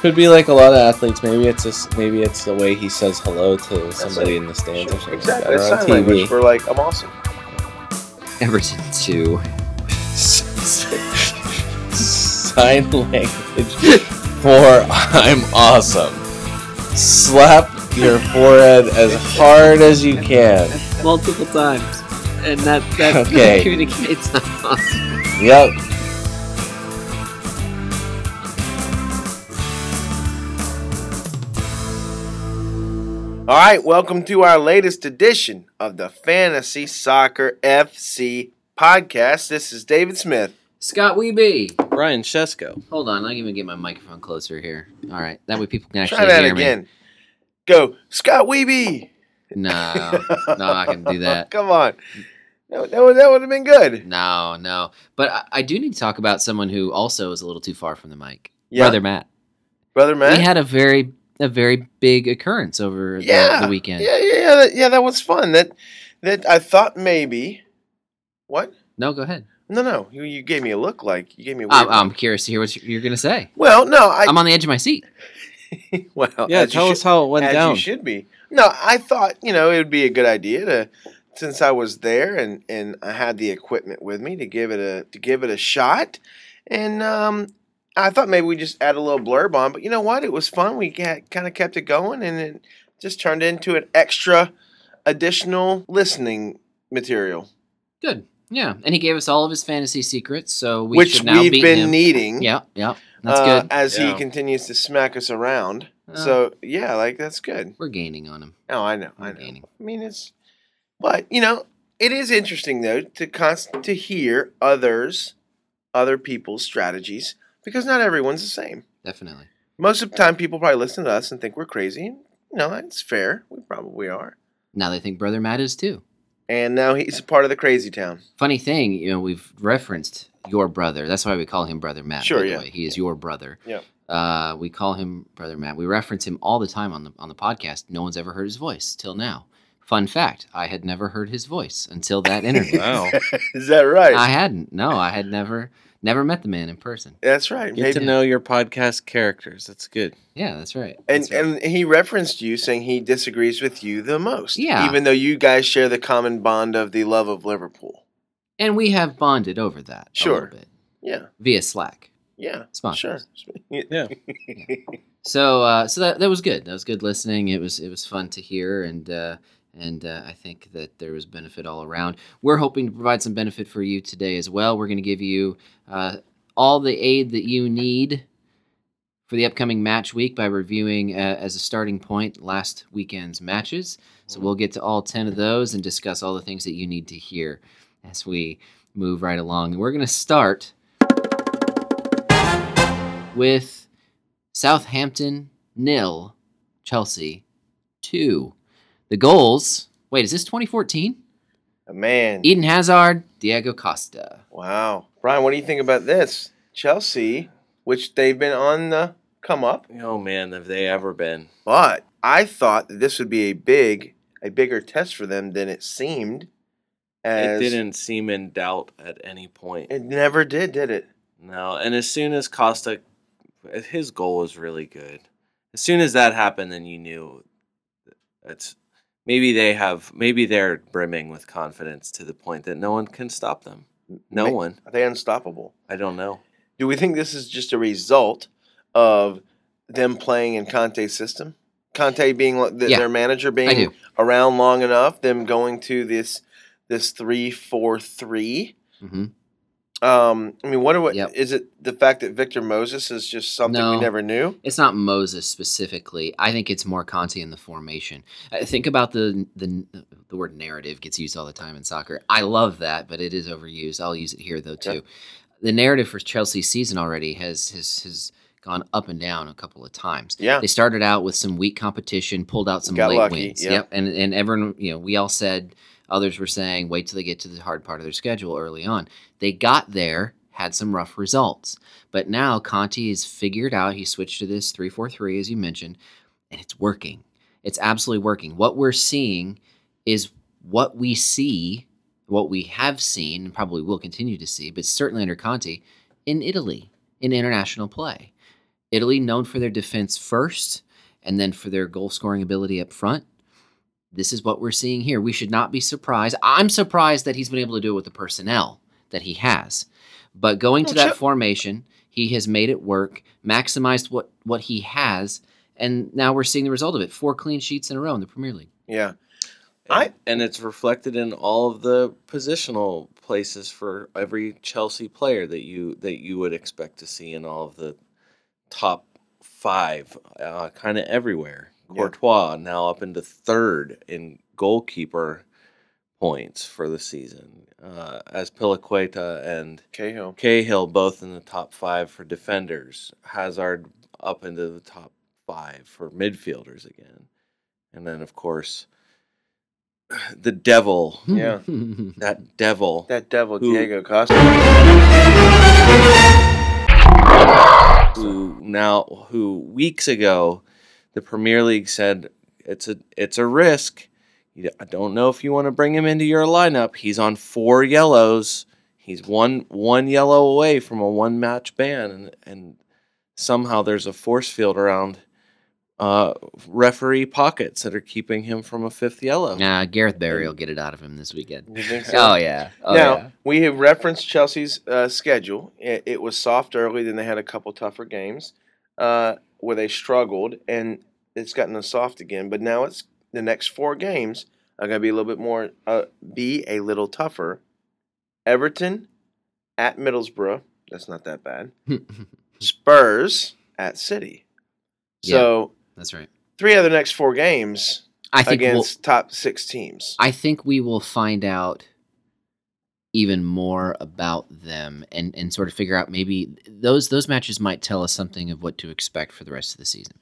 Could be like a lot of athletes. Maybe it's just maybe it's the way he says hello to somebody it. in the stands or something Exactly. It's like sign that, or on language TV. for like I'm awesome. Everton 2. sign language for I'm awesome. Slap your forehead as hard as you can. multiple times, and that that Okay. communicates. Yep. All right, welcome to our latest edition of the Fantasy Soccer FC podcast. This is David Smith. Scott Weeby. Ryan Shesko. Hold on, I'm going to get my microphone closer here. All right, that way people can actually Try that hear again. Go, Scott Weeby. me. No, no, I can do that. Come on. That, that would, that would have been good. no, no. But I, I do need to talk about someone who also is a little too far from the mic. Yeah. Brother Matt. Brother Matt. We had a very a very big occurrence over the- Yeah, the, weekend. yeah, yeah, yeah, that, yeah. That was fun. That that I thought maybe. What? No, go ahead. No, no. You, you gave me a look like you gave me. A weird I'm, look. I'm curious to hear what you're going to say. well, no. I I, am on the edge of my seat. well. Yeah, as you tell should- us how it went as down. you should be. No, I thought you know it would be a good idea to, since I was there and and I had the equipment with me to give it a to give it a shot, and um, I thought maybe we just add a little blurb on. But you know what? It was fun. We got, kind of kept it going, and it just turned into an extra, additional listening material, Good. Yeah. And he gave us all of his fantasy secrets, so we which should now we've beat been him. needing. Yeah, yeah. That's Mm-hmm. uh, good. As Yeah. he continues to smack us around. Uh, so yeah, like that's good. we're gaining on him. Oh, I know. We're I know. gaining. I mean, it's, but you know, it is interesting though to const- to hear others, other people's strategies because not everyone's the same. Definitely. Most of the time, people probably listen to us and think we're crazy. and, You know, it's fair. We probably are. Now they think Brother Matt is too. And now he's a part of the crazy town. Funny thing, you know, we've referenced your brother. That's why we call him Brother Matt. by Sure, the yeah. way. He is your brother. Yeah. Uh, we call him Brother Matt. We reference him all the time on the on the podcast. No one's ever heard his voice till now. Fun fact: I had never heard his voice until that interview. Wow. is that right? I hadn't. No, I had never never met the man in person. That's right. Get to Maybe. know your podcast characters. That's good. Yeah, that's right. And That's right. and he referenced you saying he disagrees with you the most. Yeah. Even though you guys share the common bond of the love of Liverpool. and we have bonded over that. a little Sure. bit Yeah. via Slack. Yeah. Sponsors. Sure. Yeah. So uh, so that that was good. That was good listening. It was it was fun to hear, and uh, and uh, I think that there was benefit all around. We're hoping to provide some benefit for you today as well. We're going to give you uh, all the aid that you need for the upcoming match week by reviewing uh, as a starting point last weekend's matches. So we'll get to all ten of those and discuss all the things that you need to hear as we move right along. And we're going to start with. Southampton nil, Chelsea two. The goals. Wait, is this 2014? Man. Eden Hazard, Diego Costa. Wow. Brian, what do you think about this? Chelsea, which they've been on the come up, Oh man, have they ever been? but I thought that this would be a big a bigger test for them than it seemed. It As didn't seem in doubt at any point. It never did, did it? No, and as soon as Costa, his goal was really good. As soon as that happened, then you knew it's maybe they have maybe they're brimming with confidence to the point that no one can stop them. No Ma- one. Are they unstoppable? I don't know. Do we think this is just a result of them playing in Conte's system? Conte being like, th- Yeah. their manager being I do. around long enough, them going to this this three four three. hmm Um, I mean, what are what is Yep. it? The fact that Victor Moses is just something we No. never knew. It's not Moses specifically. I think it's more Conte in the formation. I think about the the the word narrative gets used all the time in soccer. I love that, but it is overused. I'll use it here though too. Okay. The narrative for Chelsea's season already has has has gone up and down a couple of times. Yeah, They started out with some weak competition, pulled out some Got late lucky, wins. yeah. Yep. And and everyone, you know, we all said others were saying wait till they get to the hard part of their schedule early on. They got there, had some rough results. But now Conti has figured out he switched to this 3-4-3 as you mentioned, and it's working. It's absolutely working. What we're seeing is what we see, what we have seen and probably will continue to see, but certainly under Conti in Italy in international play Italy, known for their defense first and then for their goal scoring ability up front. This is what we're seeing here. We should not be surprised. I'm surprised that he's been able to do it with the personnel that he has. But going to Oh, that Chip- formation, he has made it work, maximized what, what he has, and now we're seeing the result of it. Four clean sheets in a row in the Premier League. Yeah. And, I- and it's reflected in all of the positional places for every Chelsea player that you that you would expect to see in all of the top five, uh, kind of everywhere. Yeah. Courtois now up into third in goalkeeper points for the season, uh, as Piliqueta and Cahill. Cahill both in the top five for defenders. Hazard up into the top five for midfielders again. And then, of course, the devil, Yeah. that devil. That devil Who- Diego Costa. who now who weeks ago the Premier League said it's a it's a risk. You- I don't know if you want to bring him into your lineup. He's on four yellows. He's one one yellow away from a one match ban, and, and somehow there's a force field around uh, referee pockets that are keeping him from a fifth yellow. Nah, Gareth Barry will get it out of him this weekend. You think so? Oh, yeah. Oh, now yeah. we have referenced Chelsea's uh, schedule. It, it was soft early, then they had a couple tougher games uh, where they struggled, and it's gotten soft again. But now it's the next four games are going to be a little bit more, uh, be a little tougher. Everton at Middlesbrough. That's not that bad. Spurs at City. So That's right. three of the next four games I think we'll- against top six teams. I think we will find out even more about them and, and sort of figure out maybe those those matches might tell us something of what to expect for the rest of the season.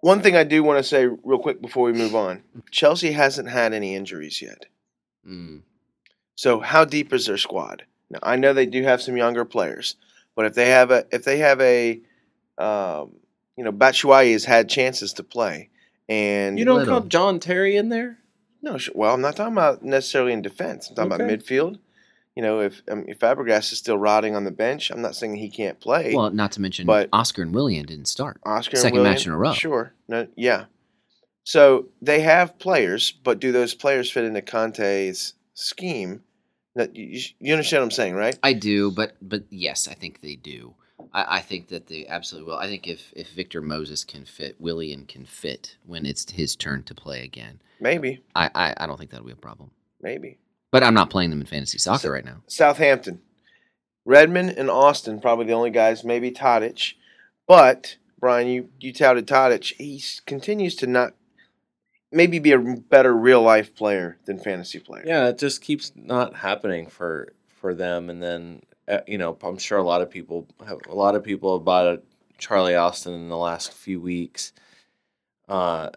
One thing I do want to say real quick before we move on Chelsea hasn't had any injuries yet. Mm. So how deep is their squad? Now I know they do have some younger players, but if they have a if they have a um, you know Batshuayi has had chances to play, and you don't Little. count John Terry in there. no, sh- well I'm not talking about necessarily in defense. I'm talking Okay. about midfield. You know if um, if Fabregas is still rotting on the bench, I'm not saying he can't play. Well, not to mention But- Oscar and Willian didn't start. Oscar and second Willian, match in a row. Sure, no, yeah. So they have players, but do those players fit into Conte's scheme? That you, you- you understand what I'm saying, right? I do, but but yes, I think they do. I, I think that they absolutely will. I think if if Victor Moses can fit, Willian can fit when it's his turn to play again. Maybe, I I, I don't think that'll be a problem. maybe. But I'm not playing them in fantasy soccer So- right now. Southampton. Redmond and Austin probably the only guys, maybe Tadic. But Brian, you, you touted Tadic. He s- continues to not maybe be a better real life player than fantasy player. yeah it just keeps not happening for for them and then uh, you know i'm sure a lot of people have a lot of people have bought a charlie austin in the last few weeks uh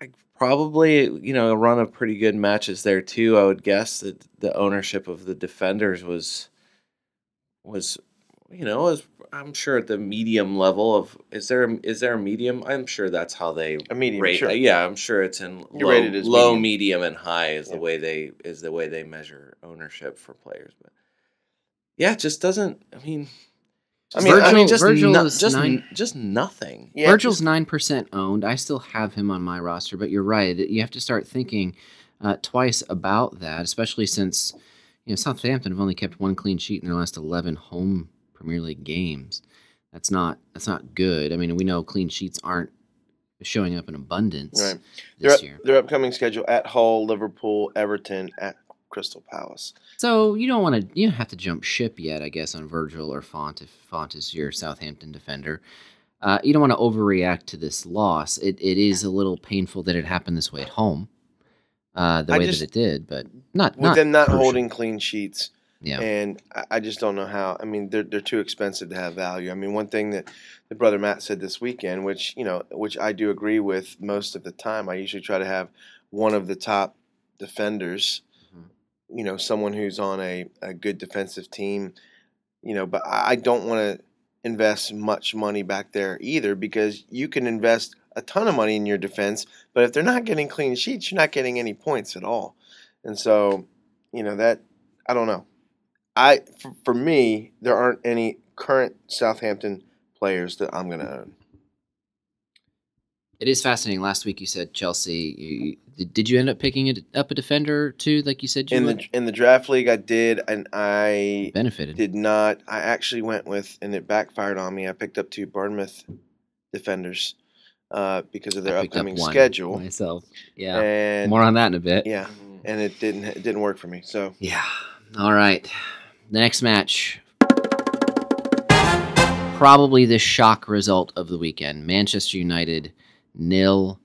I probably you know a run of pretty good matches there too i would guess that the ownership of the defenders was was you know was i'm sure at the medium level of is there a, is there a medium i'm sure that's how they A medium, rate- sure. yeah i'm sure it's in You low, rated as low medium. medium and high is the Yeah. way they is the way they measure ownership for players but yeah it just doesn't i mean I mean, i Virgil- mean just Virgil no- is just nine- just nothing Yeah, Virgil's just- nine percent owned. I still have him on my roster, but you're right. You have to start thinking uh, twice about that, especially since you know Southampton have only kept one clean sheet in their last eleven home Premier League games. That's not that's not good. I mean, we know clean sheets aren't showing up in abundance Right. their, this year. their upcoming schedule at Hull, Liverpool, Everton, at Crystal Palace. So you don't want to you don't have to jump ship yet, I guess, on Virgil or Font if Font is your Southampton defender. Uh, you don't want to overreact to this loss. It it is a little painful that it happened this way at home, uh, the I way just- that it did, but not With not them not crucial. holding clean sheets, Yeah, And I, I just don't know how. I mean, they're they're too expensive to have value. I mean, one thing that the brother Matt said this weekend, which you know, which I do agree with most of the time. I usually try to have one of the top defenders, Mhm. you know, someone who's on a, a good defensive team, you know. But I, I don't want to invest much money back there either because you can invest a ton of money in your defense, but if they're not getting clean sheets, you're not getting any points at all. And so, you know that I don't know. I for, for me, there aren't any current Southampton players that I'm going to own. It is fascinating. Last week you said Chelsea. You, you- did you end up picking it up a defender too, like you said you in would? the in the draft league. I did, and I benefited? did not. I actually went with, and it backfired on me. I picked up two Bournemouth defenders uh, because of their I picked up upcoming one schedule, myself. Yeah, and more on that in a bit. yeah, and it didn't it didn't work for me. So Yeah. All right. The next match. Probably the shock result of the weekend. Manchester United nil,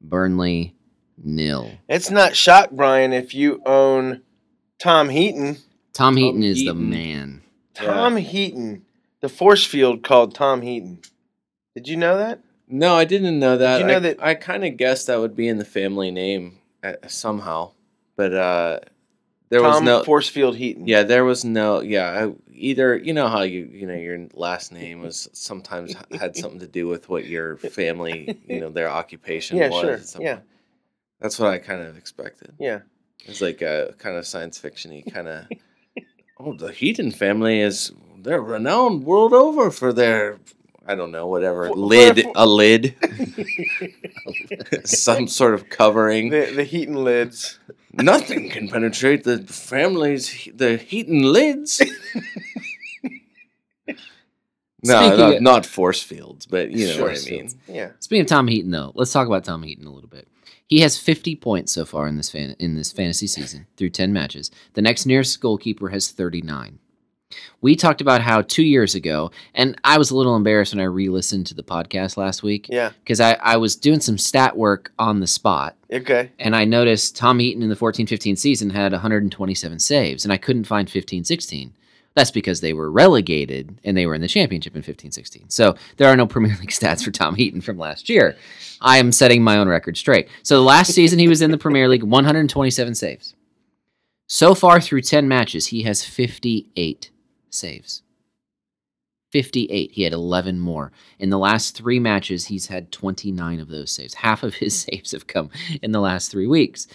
Burnley nil. it's not shock, Brian, if you own Tom Heaton. Tom Heaton is the Heaton. man. Tom Heaton, the force field called Tom Heaton. Did you know that? No, I didn't know that. you know I, that- I kind of guessed that would be in the family name uh, somehow, but uh, there Tom was no. force field Heaton. yeah, there was no. Yeah, I, either you know how you you know your last name was sometimes had something to do with what your family you know their occupation Yeah, was. sure, at some yeah. point. That's what I kind of expected. Yeah. It's like a kind of science fiction-y kind of. oh, the Heaton family is they're renowned world over for their I don't know whatever For- for- lid for- a lid, some sort of covering. The, the Heaton lids. Nothing can penetrate the family's he- the Heaton lids. no, Speaking not, of- not force fields, but you know what Force I mean. fields. Yeah. Speaking of Tom Heaton, though, let's talk about Tom Heaton a little bit. He has 50 points so far in this fan- in this fantasy season through 10 matches. The next nearest goalkeeper has 39. We talked about how two years ago, and I was a little embarrassed when I re-listened to the podcast last week Yeah. because I, I was doing some stat work on the spot, Okay. and I noticed Tom Heaton in the 14-15 season had 127 saves, and I couldn't find 15-16. That's because they were relegated and they were in the championship in 15-16. So there are no Premier League stats for Tom Heaton from last year. I am setting my own record straight. So last season he was in the Premier League, 127 saves. So far through 10 matches, he has 58 saves. 58. He had 11 more. In the last three matches, he's had 29 of those saves. Half of his saves have come in the last three weeks.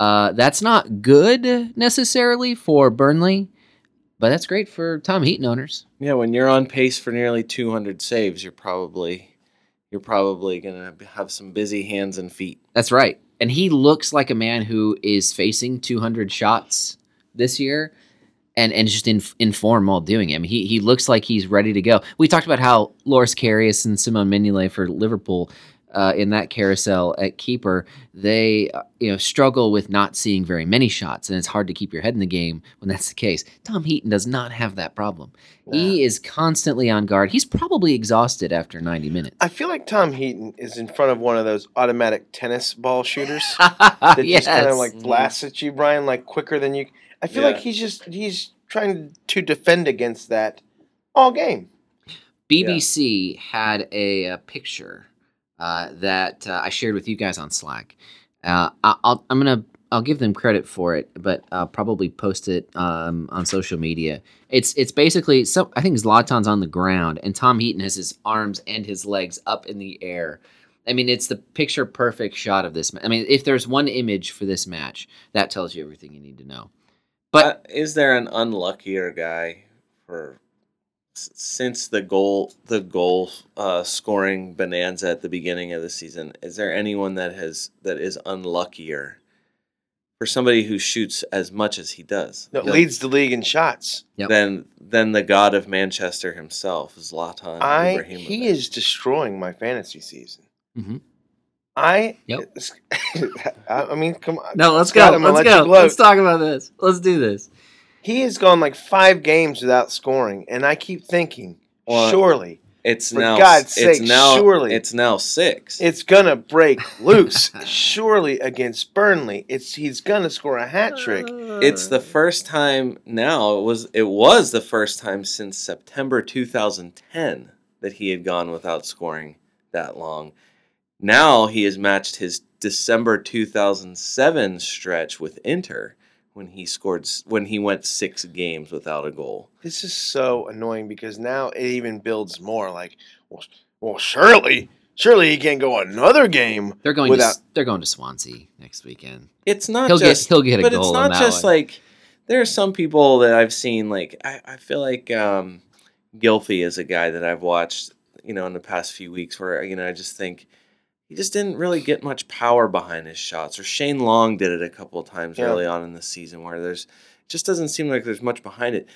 Uh, that's not good necessarily for Burnley, but that's great for Tom Heaton owners. Yeah, when you're on pace for nearly 200 saves, you're probably you're probably gonna have some busy hands and feet. That's right. And he looks like a man who is facing 200 shots this year and, and just in, in form while doing it. I mean, he, he looks like he's ready to go. We talked about how Loris Karius and Simon Mignolet for Liverpool uh, in that carousel at keeper, they uh, you know struggle with not seeing very many shots, and it's hard to keep your head in the game when that's the case. Tom Heaton does not have that problem. He is constantly on guard. He's probably exhausted after 90 minutes. I feel like Tom Heaton is in front of one of those automatic tennis ball shooters that yes. just kind of like Mhm. blasts at you, Brian, like quicker than you. I feel Yeah. like he's just he's trying to defend against that all game. BBC had a, uh picture uh, that uh, I shared with you guys on Slack. Uh, I, I'll, I'm gonna I'll give them credit for it, but I'll probably post it um, on social media. It's it's basically so I think Zlatan's on the ground and Tom Heaton has his arms and his legs up in the air. I mean, it's the picture perfect shot of this. ma- I mean, if there's one image for this match, that tells you everything you need to know. But- Uh, is there an unluckier guy for s- since the goal the goal uh, scoring bonanza at the beginning of the season? Is there anyone that has that is unluckier for somebody who shoots as much as he does? That than- leads the league in shots. Yep. than than the god of Manchester himself, Zlatan I Ibrahimovic. he is destroying my fantasy season. Mm-hmm. Mhm. I Yep. I I mean, come on. No, let's Scott, go. I'm gonna Let's let you go. gloat. Let's talk about this. Let's do this. He has gone like five games without scoring, and I keep thinking, Well, surely It's For now. God's it's sake, now, surely. It's now six. it's gonna break loose. surely against Burnley, it's he's gonna score a hat trick. Uh. it's the first time now. It was. It was the first time since September 2010 that he had gone without scoring that long. Now he has matched his December 2007 stretch with Inter when he scored s- when he went six games without a goal. This is so annoying because now it even builds more. Like, well, well, surely, surely he can go another game. they're going Without- to, they're going to Swansea next weekend. It's not he'll just get he'll get a but goal. it's not on that just one. like there are some people that I've seen. Like I, I feel like um, Gilfy is a guy that I've watched, you know, in the past few weeks where you know I just think he just didn't really get much power behind his shots. Or Shane Long did it a couple of times Yeah. early on in the season where there's just doesn't seem like there's much behind it.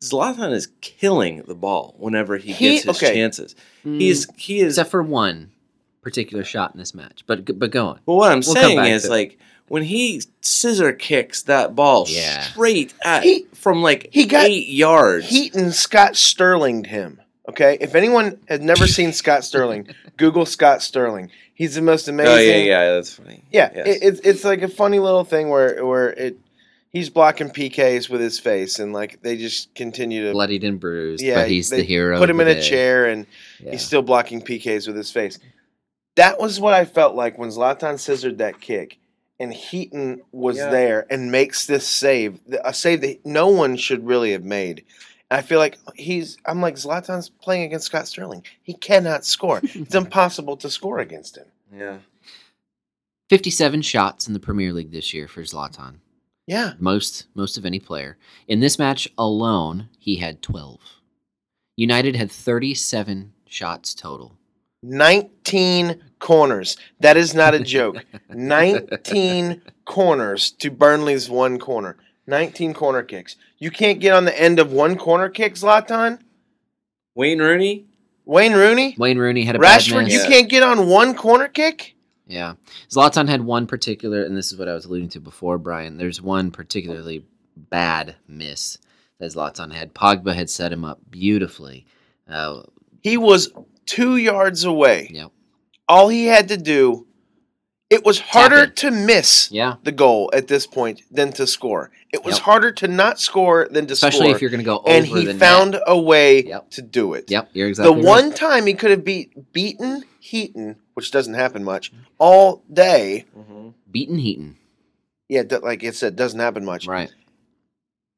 Zlatan is killing the ball whenever he, He- gets his okay. chances. Mm. He's he is except for one particular shot in this match. But but go on. Well, what I'm We'll come saying back is, to it. like, when he scissor kicks that ball Yeah. straight at He- from like he got- eight yards, Heaton Scott Sterlinged him. Okay, if anyone has never seen Scott Sterling, Google Scott Sterling. He's the most amazing. oh yeah, yeah, that's funny. Yeah, Yes. it, it's it's like a funny little thing where where it he's blocking PKs with his face, and like they just continue to Bloodied and bruised, Yeah, but he's they the hero. put of him the in a day. chair, and Yeah. he's still blocking PKs with his face. That was what I felt like when Zlatan scissored that kick, and Heaton was Yeah. there and makes this save, th- a save that no one should really have made. And I feel like he's. I'm like Zlatan's playing against Scott Sterling. He cannot score. it's impossible to score against him. yeah. 57 shots in the Premier League this year for Zlatan. Yeah, Most most of any player. In this match alone, he had 12. United had 37 shots total. 19 corners. That is not a joke. 19 corners to Burnley's one corner. 19 corner kicks. You can't get on the end of one corner kick, Zlatan. Wayne Rooney, Wayne Rooney, Wayne Rooney had a bad Rashford, match. you Yeah. can't get on one corner kick? Yeah. Zlatan had one particular, and this is what I was alluding to before, Brian. There's one particularly bad miss that Zlatan had. Pogba had set him up beautifully. Uh, He was 2 yards away. Yep. All he had to do it was harder it. to miss yeah. the goal at this point than to score. It was Yep. harder to not score than to Especially score. if you're going to go over and the he net. found a way Yep. to do it. Yep, you're exactly the right. one time he could have beat beaten Heaton, which doesn't happen much, all day. Mm-hmm. beaten Heaton. Yeah, that, like it said, doesn't happen much. Right.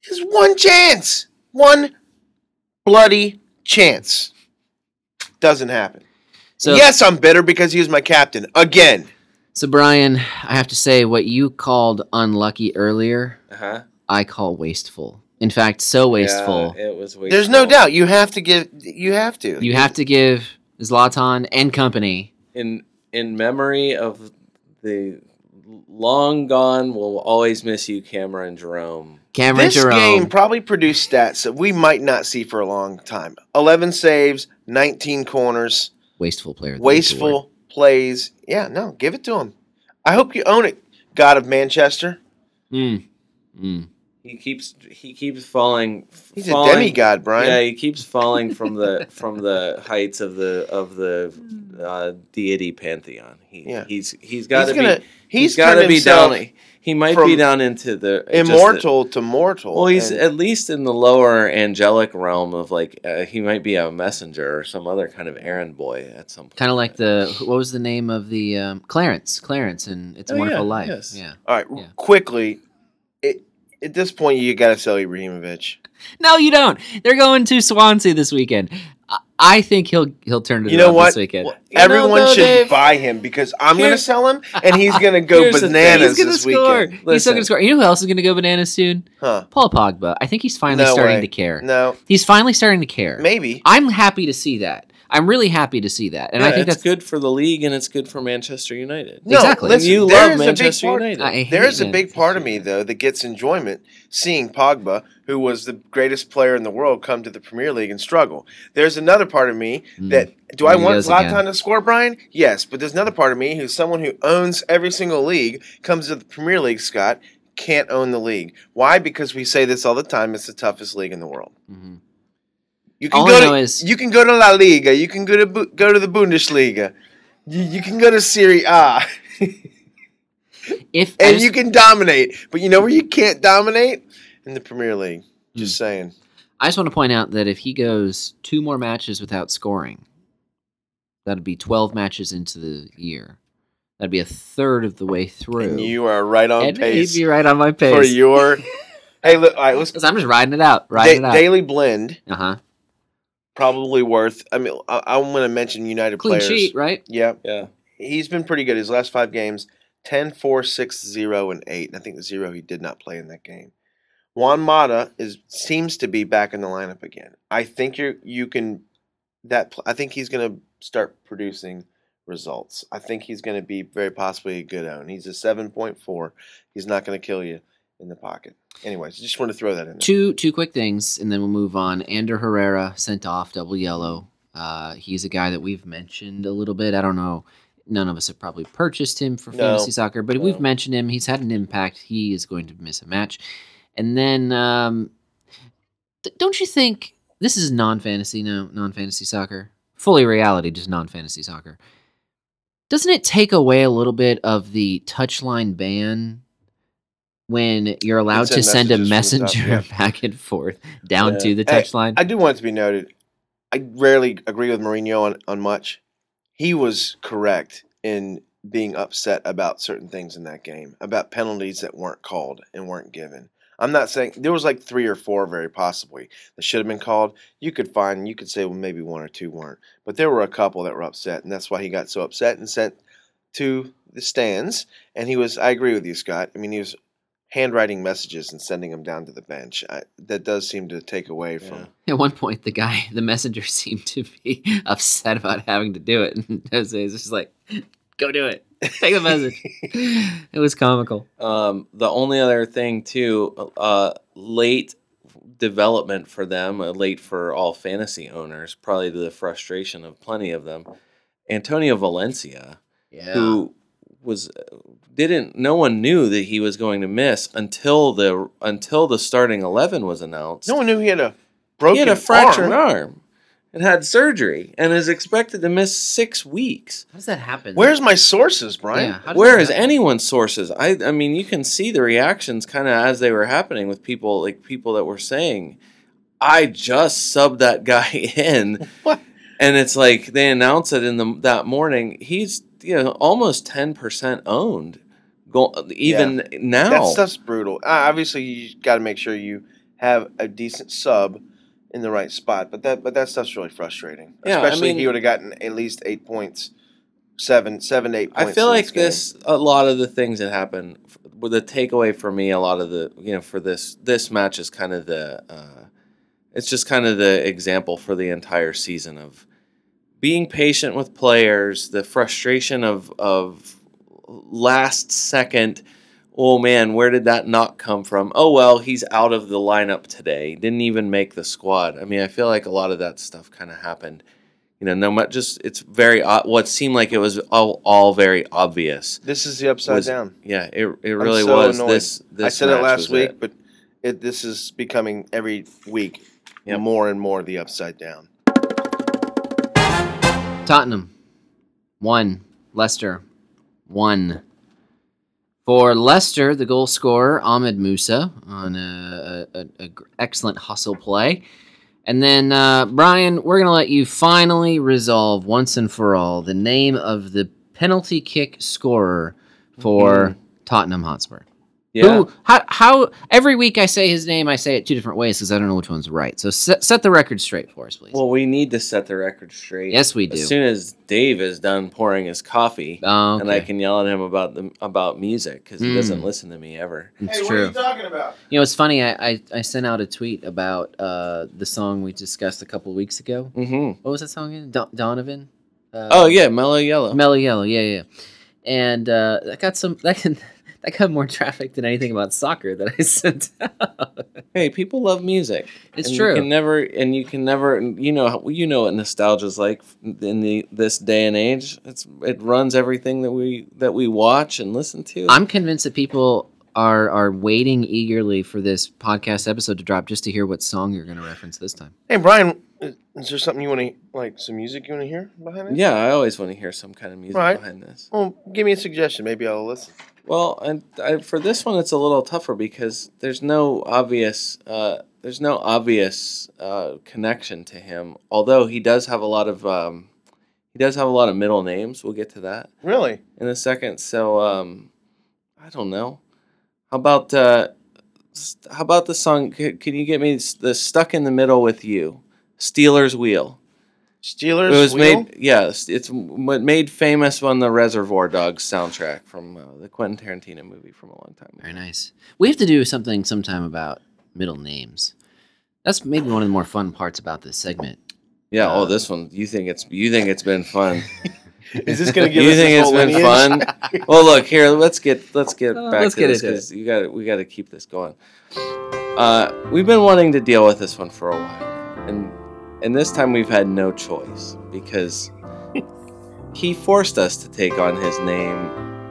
Just one chance, one bloody chance. Doesn't happen. So yes, I'm bitter because he was my captain again. So, Brian, I have to say, what you called unlucky earlier, uh huh, I call wasteful. In fact, so wasteful. it was wasteful. There's no doubt. You have to give. You have to. You have to give Zlatan and company. in in memory of the long gone. We'll always miss you, Cameron Jerome. Cameron This Jerome. game probably produced stats that we might not see for a long time. 11 saves, 19 corners. wasteful player. of the week award. wasteful plays. Yeah, no, give it to him. I hope you own it, God of Manchester. Mm. Mm. He keeps he keeps falling. He's falling, a demigod, Brian. Yeah, he keeps falling from the from the heights of the of the Hmm. uh, deity pantheon. He, Yeah. he's he's got to he's be gonna he's he's got to be down. He might be from down into the just the- immortal to mortal. well, he's and at least in the lower angelic realm of like uh, he might be a messenger or some other kind of errand boy at some point. Kind of like the what was the name of the um, Clarence? Clarence and It's a Oh, yeah, Wonderful Life. yes. Yeah. all right, yeah. quickly. It, at this point, you got to sell Ibrahimovic. No, you don't. They're going to Swansea this weekend. I, I think he'll he'll turn it You know around what? this weekend. Well, you know, Everyone though, should Dave, buy him because I'm going to Here's- sell him, and he's going to go Here's the thing. bananas He's gonna this score. weekend. He's still Listen. gonna score. You know who else is gonna go bananas soon? Huh? Paul Pogba. I think he's finally No starting way. to care. No, He's finally starting to care. maybe. I'm happy to see that. I'm really happy to see that. And I Yeah, think it's that's good for the league and it's good for Manchester United. No, Exactly. And listen, you there love is a big Manchester part- United. I hate There is a it. big part of me though that gets enjoyment seeing Pogba, who was the greatest player in the world, come to the Premier League and struggle. There's another part of me Mm. that do There I he want goes Zlatan again. to score, Brian? Yes, but there's another part of me who's someone who owns every single league, comes to the Premier League, Scott, can't own the league. Why? Because we say this all the time. It's the toughest league in the world. Mhm. You can All I go know to is- you can go to La Liga. You can go to Bu- go to the Bundesliga. You, you can go to Serie A. If I and just- you can dominate. But you know where you can't dominate in the Premier League. Just Mm. saying. I just want to point out that if he goes two more matches without scoring, that'd be 12 matches into the year. That'd be a third of the way through. And you are right on and pace he'd be right on my pace. for your. hey, look, all right, let's 'Cause I'm just riding it out, da- riding it out. daily blend. uh huh. Probably worth. I mean, I, I'm going to mention United Clean players. sheet, right? Yeah, yeah. he's been pretty good. His last five games 10, 4, 6, 0, and 8. And I think the 0 he did not play in that game. Juan Mata is seems to be back in the lineup again. I think you are you can that pl- I think he's going to start producing results. I think he's going to be very possibly a good own. He's a 7.4. He's not going to kill you in the pocket. Anyways, just want to throw that in there. Two two quick things, and then we'll move on. Ander Herrera sent off double yellow. Uh, he's a guy that we've mentioned a little bit. I don't know. None of us have probably purchased him for No. fantasy soccer, but No. we've mentioned him. He's had an impact. He is going to miss a match. And then, um, th- don't you think this is non fantasy? No, non fantasy soccer. Fully reality, just non fantasy soccer. Doesn't it take away a little bit of the touchline ban when you're allowed to send send a messages from the top, messenger back and forth down Yeah. to the Hey, touchline? I do want it to be noted. I rarely agree with Mourinho on, on much. He was correct in being upset about certain things in that game, about penalties that weren't called and weren't given. I'm not saying there was like three or four, very possibly, that should have been called. You could find, you could say, well, maybe one or two weren't, but there were a couple that were upset, and that's why he got so upset and sent to the stands. And he was, I agree with you, Scott. I mean, he was handwriting messages and sending them down to the bench. I, that does seem to take away from Yeah. At one point, the guy, the messenger, seemed to be upset about having to do it, and Jose was just like, "Go do it, take the message." it was comical. Um, the only other thing too, uh, late development for them, uh, late for all fantasy owners, probably the frustration of plenty of them. Antonio Valencia, Yeah. who was uh, didn't no one knew that he was going to miss until the until the starting eleven was announced. No one knew he had a broken he had a fractured arm. arm. and had surgery and is expected to miss six weeks. How does that happen? Where's my sources, Brian? Yeah, how does Where that is happen? anyone's sources? I I mean, you can see the reactions kind of as they were happening with people like people that were saying, "I just subbed that guy in," What? and it's like they announce it in the that morning. He's you know almost ten percent owned, go, even now. That stuff's brutal. Uh, obviously, you got to make sure you have a decent sub in the right spot. But that but that stuff's really frustrating. Yeah, I Especially if mean- he would have gotten at least eight points, seven, seven, to eight points. I feel in like game. this. A lot of the things that happen, with the takeaway for me, a lot of the you know for this this match is kind of the, uh, it's just kind of the example for the entire season of being patient with players, the frustration of of last second. Oh man, where did that knock come from? Oh well, he's out of the lineup today. Didn't even make the squad. I mean, I feel like a lot of that stuff kind of happened you know, no matter just it's very o- what seemed like it was all, all very obvious. This is the upside was- down. Yeah, it, it really so was. annoyed. This, this I said match it was last week, but it, this is becoming every week Yep. more and more the upside down. Tottenham? One. Leicester. One. For Leicester, the goal scorer Ahmed Musa on a, a, a- a gr- excellent hustle play, and then uh, Brian, we're gonna let you finally resolve once and for all the name of the penalty kick scorer for Tottenham Hotspur. Mm-hmm. Yeah, Who? How? How? Every week I say his name. I say it two different ways because I don't know which one's right. So set, set the record straight for us, please. well, we need to set the record straight. yes, we do. As soon as Dave is done pouring his coffee, oh, and I okay. can yell at him about the about music because he doesn't Mm. listen to me ever. it's true. talking about? You know, it's funny. I, I, I sent out a tweet about uh, the song we discussed a couple weeks ago. hmm Mm-hmm. What was that song again? Don- Donovan. Uh, Oh yeah, Mellow Yellow. Mellow Yellow. Yeah, yeah. And uh, that got some. That can. That got more traffic than anything about soccer that I sent out. hey, people love music. It's and true. You can never, and you can never, and you know, how- you know what nostalgia's like in the this day and age. It's it runs everything that we that we watch and listen to. I'm convinced that people are are waiting eagerly for this podcast episode to drop just to hear what song you're going to reference this time. Hey, Brian, is is there something you want to like? Some music you want to hear behind it? yeah, I always want to hear some kind of music Right. behind this. Well, give me a suggestion. Maybe I'll listen. Well, and I, for this one, it's a little tougher because there's no obvious, uh, there's no obvious uh, connection to him. Although he does have a lot of, um, he does have a lot of middle names. We'll get to that. Really? in a second. So um, I don't know. How about uh, st- how about the song? C- can you get me s- the "Stuck in the Middle with You"? Steeler's Wheel. Steelers. it was Wheel? made. Yes, it's m- what made famous on the Reservoir Dogs soundtrack from uh, the Quentin Tarantino movie from a long time ago. Very nice. We have to do something sometime about middle names. That's maybe one of the more fun parts about this segment. Yeah. Uh, oh, this one. You think it's you think it's been fun? Is this going to give You us think this it's whole been lineage? fun? well, look here. Let's get let's get Uh, back let's to get this into it. 'cause you got we got to keep this going. Uh, we've been wanting to deal with this one for a while, and and this time we've had no choice because he forced us to take on his name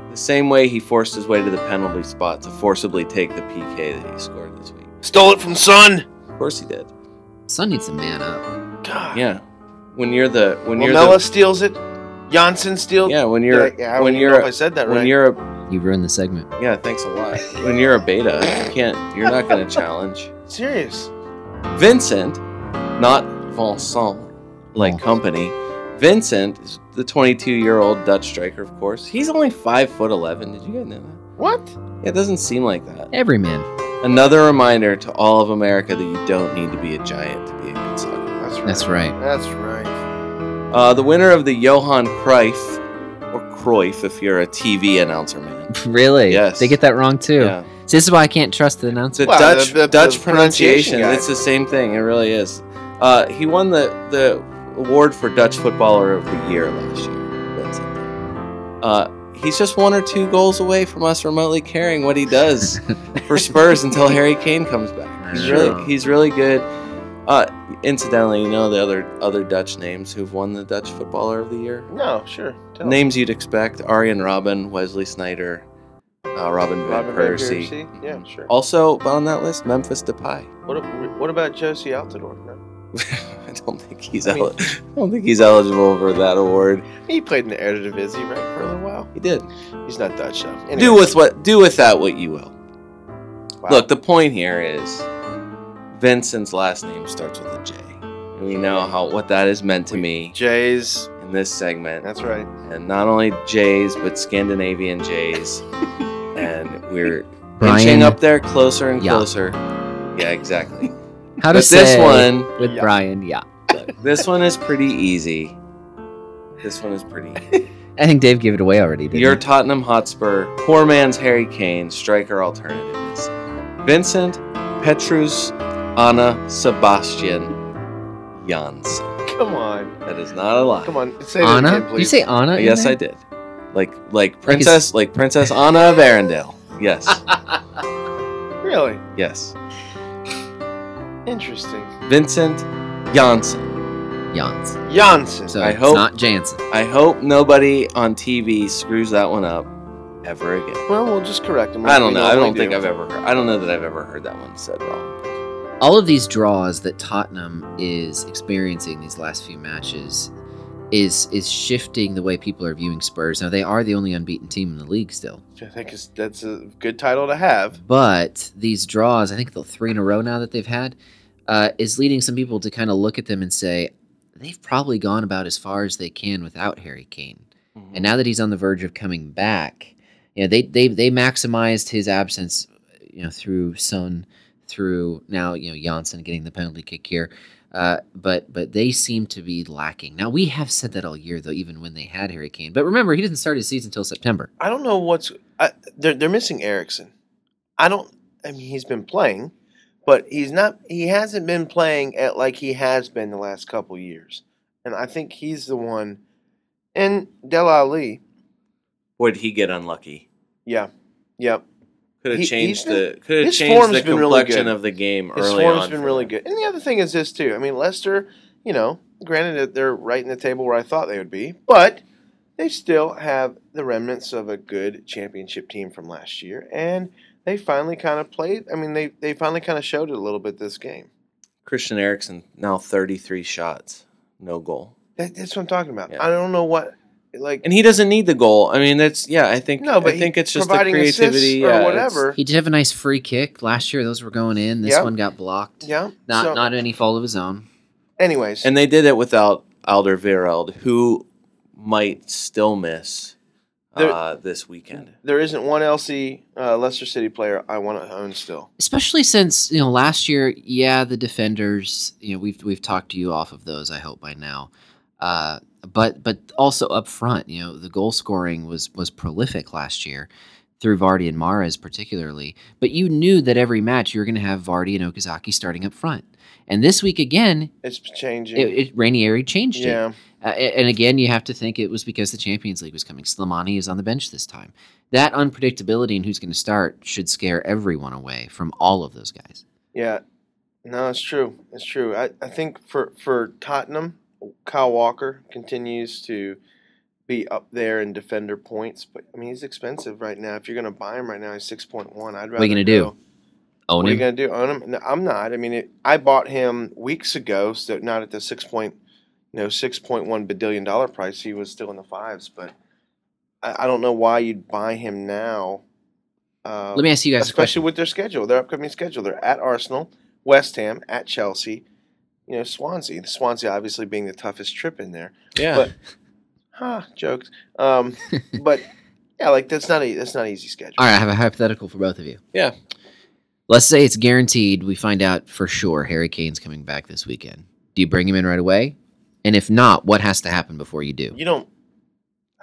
the same way he forced his way to the penalty spot to forcibly take the PK that he scored this week. Stole it from Sun. Of course he did. Son needs to man up. God. Yeah. When you're the when you're Lamella steals it. Janssen the, steals. yeah when Yeah, you're yeah, I don't when even you're know a- if I said that when right. you're a You've ruined the segment. Yeah, thanks a lot. When you're a beta, you can't. You're not going to challenge serious. Vincent, not Vincent, like Vincent. company. Vincent is the 22-year-old Dutch striker, of course. He's only five foot eleven. Did you guys know that? What? Yeah, it doesn't seem like that. Every man. Another reminder to all of America that you don't need to be a giant to be a good soccer. player. That's right. That's right. That's right. Uh, the winner of the Johan Cruyff, or Cruyff if you're a TV announcer man. Really? Yes. They get that wrong too. Yeah. See, this is why I can't trust the announcer. The Well, Dutch the- the- the Dutch pronunciation. pronunciation guy. It's the same thing. It really is. Uh, he won the the award for Dutch Footballer of the Year last year. Vincent. Uh, he's just one or two goals away from us remotely caring what he does for Spurs until Harry Kane comes back. He's really Sure. he's really good. Uh, incidentally, you know the other other Dutch names who've won the Dutch Footballer of the Year. No, sure. Tell him. Names you'd expect: Arjen Robin, Wesley Snyder, uh, Robin, Van Robin Van Persie. Persie? Yeah, sure. Also on that list, Memphis Depay. What, what about Josie Altidore? No. I don't think he's I mean- eli- I don't think he's eligible for that award. He played in the Eredivisie, right, for a little while. He did. He's not Dutch, though. Anyway, Do with what do with that what you will. wow. Look, the point here is Vincent's last name starts with a J. And we know how what that has meant to me Jays. in this segment. That's right. And not only J's but Scandinavian J's. and we're Brian inching up there closer and Yeah. closer. Yeah, exactly. How but this to say one with Yeah. Brian? Yeah. Look, this one is pretty easy. This one is pretty easy. I think Dave gave it away already. Didn't Your he? Tottenham Hotspur, poor man's Harry Kane, striker alternative is Vincent Petrus Anna Sebastian Janssen. Come on. That is not a lie. Oh, Come on. Say that Anna? again, Did please. you say Anna? in Yes, there? I did. Like like Like it's- princess like Princess Anna of Arendelle. Yes. Really? yes. Interesting. Vincent Janssen. Janssen. Janssen. So I it's hope- not Jansen. I hope nobody on TV screws that one up ever again. well, we'll just correct him. I don't We know. I normally don't think do. I've ever heard. I don't know that I've ever heard that one said wrong. All of these draws that Tottenham is experiencing these last few matches is is shifting the way people are viewing Spurs. Now they are the only unbeaten team in the league still. I think it's, that's a good title to have. But these draws, I think the three in a row now that they've had, uh, is leading some people to kind of look at them and say, they've probably gone about as far as they can without Harry Kane. And now that he's on the verge of coming back, you know, they they they maximized his absence, you know, through Sun, through now you know Janssen getting the penalty kick here, uh, but but they seem to be lacking. Now we have said that all year though, even when they had Harry Kane. But remember, he didn't start his season until September. I don't know what's. I, they're, they're missing Erickson. I don't. I mean, he's been playing, but he's not. He hasn't been playing at like he has been the last couple years. And I think he's the one. And Del Ali. Would he get unlucky? Yeah. Yep. Could have He- changed he's been- the could have his changed form's the been really complexion good. of the game His early form's on been for really them. good. And the other thing is this too. I mean, Leicester, you know, granted that they're right in the table where I thought they would be, but they still have the remnants of a good championship team from last year, and they finally kind of played. I mean, they they finally kind of showed it a little bit this game. Christian Eriksen now 33 shots, no goal, That, that's what I'm talking about. Yeah. I don't know what like. and he doesn't need the goal. I mean, that's yeah. I think no, but I he- think it's just the providing assists creativity or yeah, it's- whatever. He did have a nice free kick last year; those were going in. This Yeah. one got blocked. Yeah. Not so, not any fault of his own. Anyways, And they did it without Alderweireld, who might still miss There- uh, this weekend. there isn't one LC uh, Leicester City player I want to own still. especially since you know last year yeah the defenders you know we've we've talked you off of those i hope by now uh, but but also up front you know the goal scoring was was prolific last year through Vardy and Mares particularly, but you knew that every match you were going to have Vardy and Okazaki starting up front. And this week again, It's changing. it, it Ranieri changed it. yeah. Uh, a- and again, you have to think it was because the Champions League was coming. Slimani is on the bench this time. That unpredictability in who's going to start should scare everyone away from all of those guys. Yeah, no, it's true. It's true. I, I think for for Tottenham, Kyle Walker continues to be up there in defender points, but I mean he's expensive right now. If you're gonna buy him right now, he's six point one. I'd rather What are you gonna go- do? Own What are him. you gonna do? Own him? No, I'm not. I mean, it, I bought him weeks ago, so not at the six point, you know, six point one billion dollar price. He was still in the fives, but I, I don't know why you'd buy him now. Uh, Let me ask you guys a especially question. with their schedule, their upcoming schedule. They're at Arsenal, West Ham, at Chelsea, you know, Swansea. Swansea obviously being the toughest trip in there. Yeah. But- Ha, joked. Um, but yeah, like that's not a that's not an easy schedule. All right, I have a hypothetical for both of you. Yeah. Let's say it's guaranteed. We find out for sure Harry Kane's coming back this weekend. Do you bring him in right away? And if not, what has to happen before you do? You don't.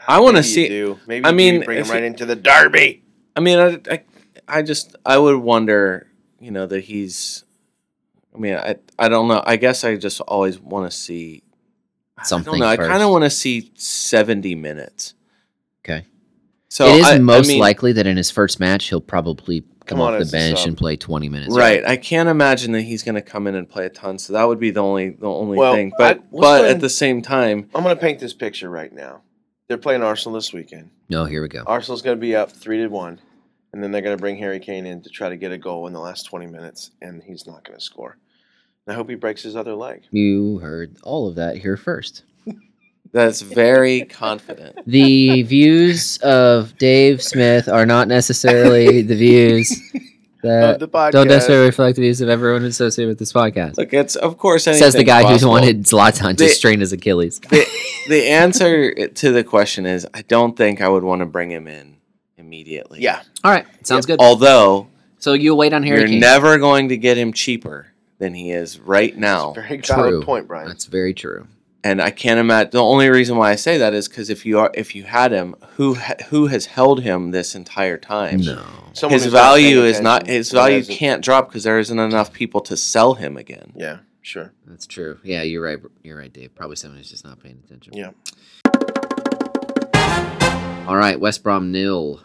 I wanna Maybe you see- do. Maybe I I mean, mean, you bring him if right he- into the derby. I mean, I, I, I just, I would wonder, you know, that he's. I mean, I, I don't know. I guess I just always want to see. I Something don't know. I kind first. of want to see seventy minutes. Okay. So it is I- I most mean, likely that in his first match he'll probably come Come on off the as a bench sub. and play 20 minutes. Right. I can't imagine that he's going to come in and play a ton. So that would be the only, the only Well, thing. I- But, let's but go at ahead- the same time, I'm going to paint this picture right now. They're playing Arsenal this weekend. No, here we go. Arsenal's going to be up three to one, and then they're going to bring Harry Kane in to try to get a goal in the last 20 minutes, and he's not going to score. And I hope he breaks his other leg. You heard all of that here first. that's very confident. The views of Dave Smith are not necessarily the views Of that the podcast. Uh, don't necessarily reflect the views of everyone associated with this podcast. Look, it's of course. Says the anything's guy who's possible. wanted Zlatan to They- strain his Achilles. The answer to the question is, I don't think I would want to bring him in immediately. Yeah, All right, sounds good. Although So you'll wait on Harry you're Kane. never going to get him cheaper than he is right now. that's a very True. valid point, Brian. That's very true. And I can't imagine. The only reason why I say that is because if you are, if you had him, who ha- who has held him this entire time? No. Someone His who's not paying value is not. attention, His someone value doesn't- can't drop because there isn't enough people to sell him again. Yeah, sure. That's true. Yeah, you're right. You're right, Dave. Probably someone who's just not paying attention. Yeah. All right, West Brom nil,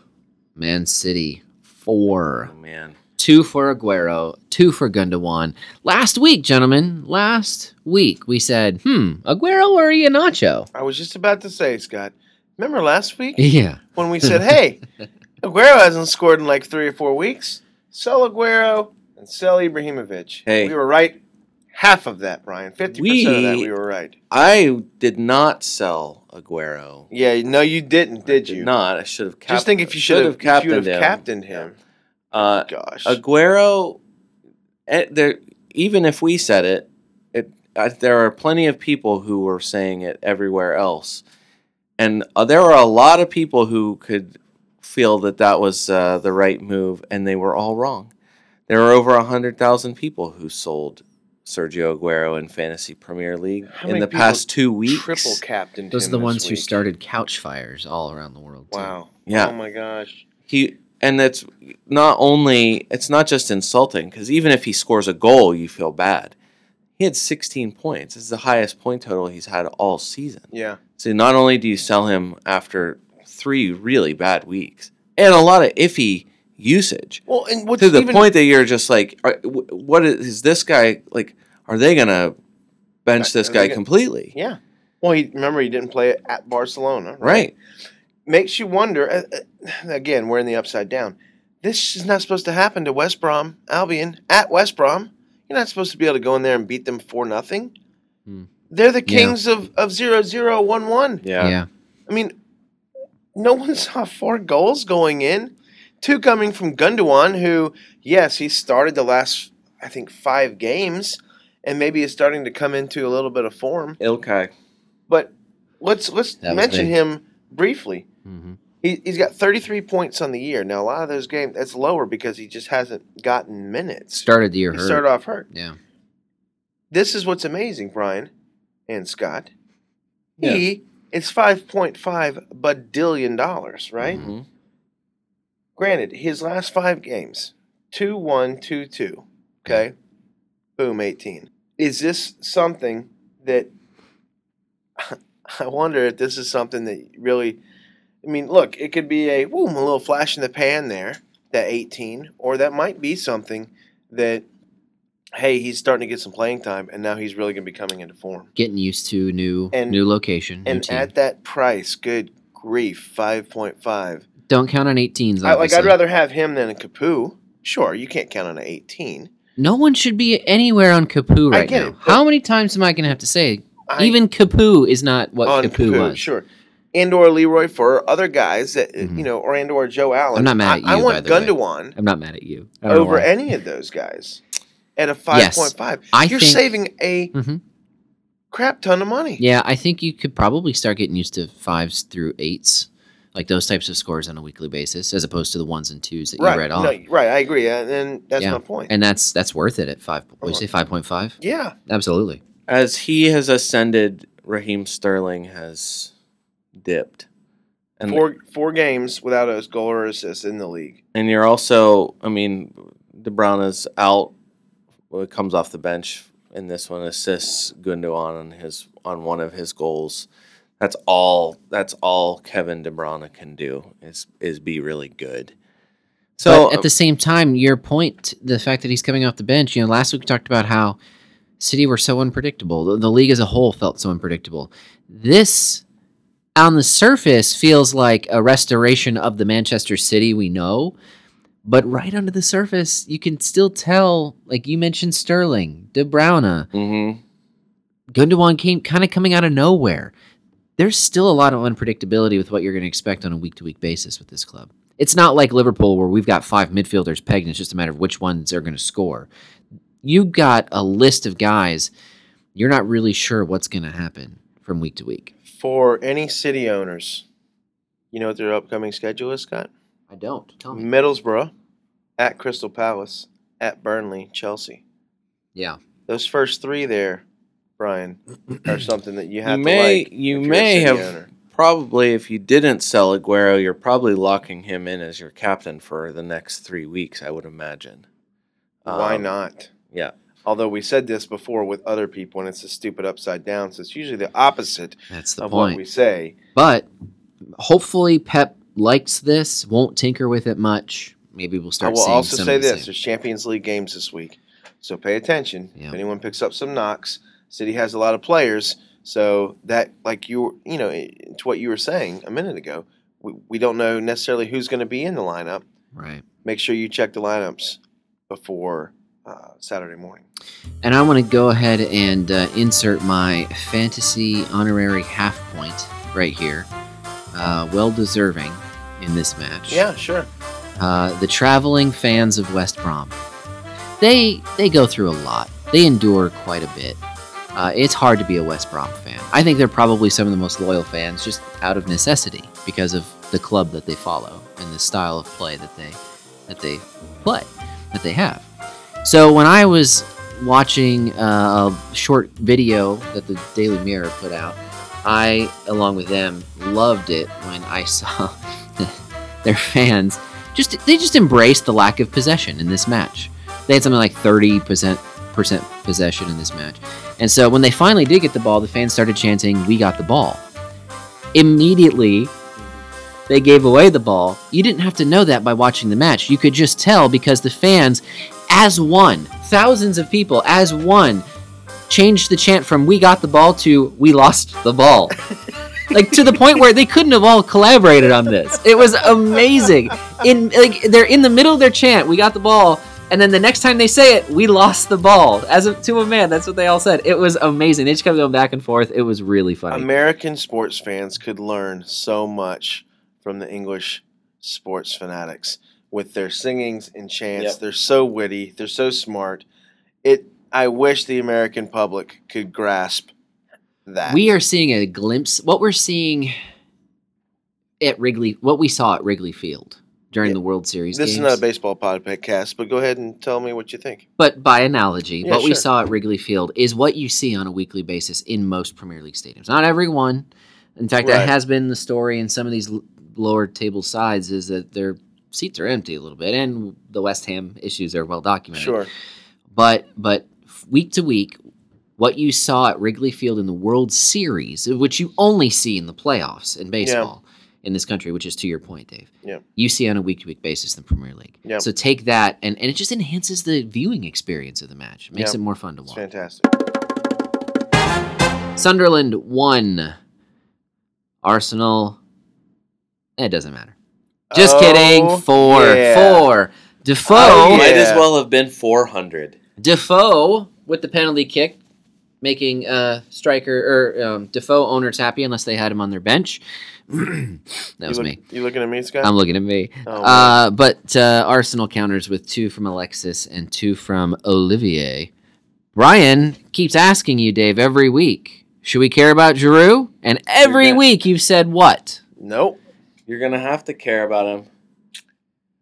Man City four. Oh man, Two for Aguero, two for Gundogan. Last week, gentlemen, last week we said, "Hmm, Aguero or Ianacho?" I was just about to say, Scott. Remember last week Yeah, when we said, "Hey, Aguero hasn't scored in like three or four weeks. Sell Aguero and sell Ibrahimovic." Hey. we were right. Half of that, Brian. Fifty percent of that, we were right. I did not sell Aguero. Yeah, no, you didn't, I did you? Not. I should have. Cap- Just think if you should should have, if you would captained have him. captained him. Uh, Gosh, Aguero, eh, there. Even if we said it, it uh, there are plenty of people who were saying it everywhere else, and uh, there were a lot of people who could feel that that was uh, the right move, and they were all wrong. There were over hundred thousand people who sold Sergio Aguero in fantasy Premier League How in many the past two weeks. triple captained. those him are the this ones who week. started couch fires all around the world. too. Wow. Yeah. Oh my gosh. he and that's not only it's not just insulting because even if he scores a goal you feel bad he had 16 points this is the highest point total he's had all season Yeah. so not only do you sell him after three really bad weeks and a lot of iffy usage Well, and what's to the even, point that you're just like are, wh- what is, is this guy like are they gonna bench Are this they guy gonna- completely Yeah. Well, he remember he didn't play at Barcelona, right Makes you wonder. Uh, uh, again, we're in the upside down. This is not supposed to happen to West Brom Albion at West Brom. You're not supposed to be able to go in there and beat them for nothing. Hmm. They're the Yeah. kings of of zero zero one one. yeah. I mean, no one saw four goals going in. Two coming from Gundogan, who, yes, he started the last, I think, five games, and maybe is starting to come into a little bit of form. ilkay But let's let's That was mention big. him briefly. hmm He, he's got 33 points on the year. Now, a lot of those games, that's lower because he just hasn't gotten minutes. Started the year he hurt. started off hurt. yeah. This is what's amazing, Brian and Scott. Yeah. He is 5.5 billion dollars, right? Mhm. Granted, his last five games 2 1, 2 2. Okay. Boom, 18. Is this something that I wonder if this is something that really, I mean, look, it could be a, boom, a little flash in the pan there, that 18, or that might be something that, hey, he's starting to get some playing time and now he's really going to be coming into form. Getting used to new And- new location. new And team. at that price, good grief, 5.5. Don't count on 18s. I, like, I'd obviously. rather have him than a Capu. Sure, you can't count on an 18. No one should be anywhere on Kapu I right get now. it, but- How many times am I going to have to say? I- Even Kapu is not what Kapu was. Sure. And or Leroy for other guys that, uh, Mhm. you know, or and or Joe Allen. I'm not mad at I, I you, want by the Gundawan I'm not mad at you. I don't know over why. any of those guys at a 5.5. I You're think- saving a Mhm. crap ton of money. Yeah, I think you could probably start getting used to fives through eights, like those types of scores on a weekly basis, as opposed to the ones and twos that right. you read off. No, right. I agree. And, and that's Yeah. my point. And that's that's worth it at five. What did you say five point five? yeah. Absolutely. As he has ascended, Raheem Sterling has dipped. And Four, four games without a goal or assist in the league. and you're also, I mean, DeBron is out. Well, it comes off the bench in this one. Assists Gundogan on his on one of his goals. That's all. That's all Kevin DeBron can do is is be really good. So but at the same time, your point, the fact that he's coming off the bench, you know, last week we talked about how City were so unpredictable. The, the league as a whole felt so unpredictable. This, on the surface, feels like a restoration of the Manchester City we know. But right under the surface, you can still tell, like you mentioned Sterling, De Bruyne, Mhm. Gundogan came kind of coming out of nowhere. There's still a lot of unpredictability with what you're going to expect on a week to week basis with this club. It's not like Liverpool where we've got five midfielders pegged and it's just a matter of which ones are going to score. You've got a list of guys. You're not really sure what's going to happen from week to week. For any city owners, you know what their upcoming schedule is, Scott? I don't. Tell Mm-hmm. me. Middlesbrough, at Crystal Palace, at Burnley, Chelsea. Yeah. Those first three there, Brian, are something that you you have to may like. you if you're a may City have owner. probably if you didn't sell Aguero, you're probably locking him in as your captain for the next three weeks. I would imagine. Why Um, not? Yeah. Although we said this before with other people, and it's a stupid upside down, so it's usually the opposite That's the of point. what we say. But hopefully Pep likes this, won't tinker with it much. Maybe we'll start I will seeing also some say of the this: same. there's Champions League games this week, so pay attention. Yeah. If anyone picks up some knocks, City has a lot of players, so that like you you know to what you were saying a minute ago, we, we don't know necessarily who's going to be in the lineup. Right. Make sure you check the lineups before uh, Saturday morning. And I want to go ahead and uh, insert my fantasy honorary half point right here. Uh, well deserving in this match. Yeah, sure. Uh, the traveling fans of West Brom. They they go through a lot. They endure quite a bit. Uh, it's hard to be a West Brom fan. I think they're probably some of the most loyal fans, just out of necessity because of the club that they follow and the style of play that they that they play that they have. So when I was watching uh, a short video that the Daily Mirror put out, I, along with them, loved it when I saw their fans just they just embraced the lack of possession in this match. They had something like 30% percent possession in this match. And so when they finally did get the ball, the fans started chanting, "We got the ball." Immediately, they gave away the ball. You didn't have to know that by watching the match. You could just tell because the fans as one, thousands of people as one changed the chant from "We got the ball" to "We lost the ball." like to the point where they couldn't have all collaborated on this. It was amazing. In like they're in the middle of their chant, "We got the ball," and then the next time they say it, "We lost the ball." As a, to a man, that's what they all said. It was amazing. They just kept going back and forth. It was really funny. American sports fans could learn so much from the English sports fanatics with their singings and chants. Yep. They're so witty. They're so smart. It. I wish the American public could grasp that. we are seeing a glimpse what we're seeing at Wrigley what we saw at Wrigley Field during Yeah. the World Series This games, is not a baseball podcast, but go ahead and tell me what you think. but by analogy Yeah, what we sure. saw at Wrigley Field is what you see on a weekly basis in most Premier League stadiums not every one in fact that Right. has been the story in some of these l- lower table sides is that they're seats are empty a little bit, and the West Ham issues are well documented. Sure. But but f- week to week, what you saw at Wrigley Field in the World Series, which you only see in the playoffs in baseball in this country, which is to your point, Dave. Yeah. You see on a week to week basis in the Premier League. Yeah. So take that and, and it just enhances the viewing experience of the match. It makes Yeah. it more fun to It's watch. fantastic. Sunderland won. Arsenal. eh, It doesn't matter. Just Oh, kidding. Four. yeah. Four. Defoe. Oh, Might as yeah. well have been 400. Defoe with the penalty kick, making uh, striker or um, Defoe owners happy unless they had him on their bench. that was you me. Um, You looking at me, Scott? I'm looking at me. oh, wow. Uh, but uh, Arsenal counters with two from Alexis and two from Olivier. Brian keeps asking you, Dave, every week, should we care about Giroud? And every good. week you've said what? nope. You're going to have to care about him.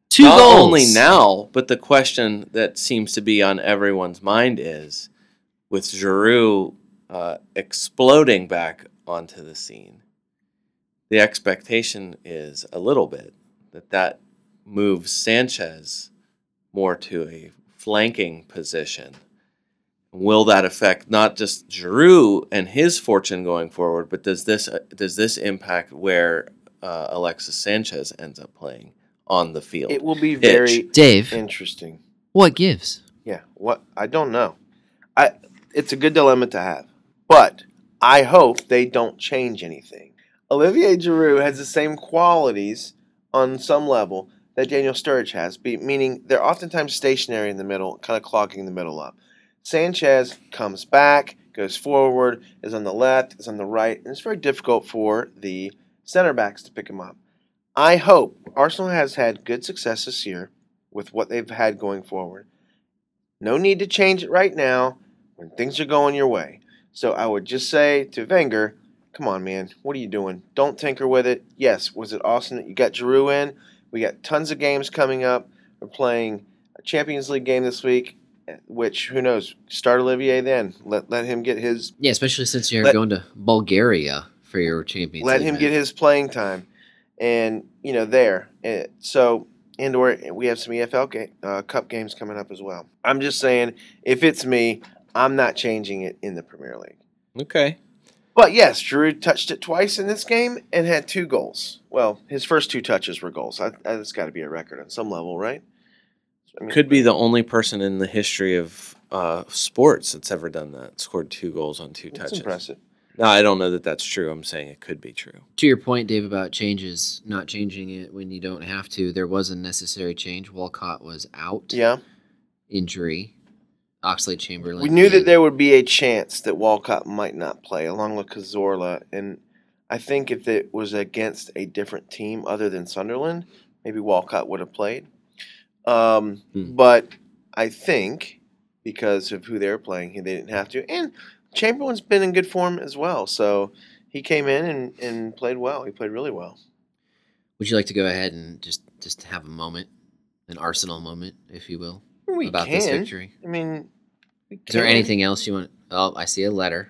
Two Not goals. only now, but the question that seems to be on everyone's mind is with Giroud uh, exploding back onto the scene, the expectation is a little bit that that moves Sanchez more to a flanking position. Will that affect not just Giroud and his fortune going forward, but does this uh, does this impact where uh, Alexis Sanchez ends up playing on the field? It will be very Dave, interesting. what gives? Yeah. What? I don't know. I. It's a good dilemma to have, but I hope they don't change anything. Olivier Giroud has the same qualities on some level that Daniel Sturridge has, be, meaning they're oftentimes stationary in the middle, kind of clogging the middle up. Sanchez comes back, goes forward, is on the left, is on the right, and it's very difficult for the center backs to pick him up. I hope Arsenal has had good success this year with what they've had going forward. No need to change it right now when things are going your way. So I would just say to Wenger, come on, man, what are you doing? Don't tinker with it. Yes, was it awesome that you got Giroud in? We got tons of games coming up. We're playing a Champions League game this week, eh, which who knows? Start Olivier then. Let let him get his Yeah, especially since you're Let- going to Bulgaria for your Champions let League him match. get his playing time, and you know there. Eh, so and or we have some EFL ga- uh, Cup games coming up as well. I'm just saying, if it's me, I'm not changing it in the Premier League. Okay. But yes, Drew touched it twice in this game and had two goals. Well, his first two touches were goals. I, I, that's got to be a record on some level, right? I mean, Could be the only person in the history of uh, sports that's ever done that. Scored two goals on two That's touches. impressive. No, I don't know that that's true. I'm saying it could be true. to your point, Dave, about changes, not changing it when you don't have to, there was a necessary change. Walcott was out, Yeah, injury. Oxley Chamberlain. we knew that there would be a chance that Walcott might not play, along with Cazorla, and I think if it was against a different team other than Sunderland, maybe Walcott would have played. Um, Hmm. But I think because of who they were playing, he- they didn't have to. And Chamberlain's been in good form as well, so he came in and, and played well. He played really well. Would you like to go ahead and just just have a moment, an Arsenal moment, if you will, We about can. this victory? I mean, we Is there can. anything else you want? Oh, I see a letter.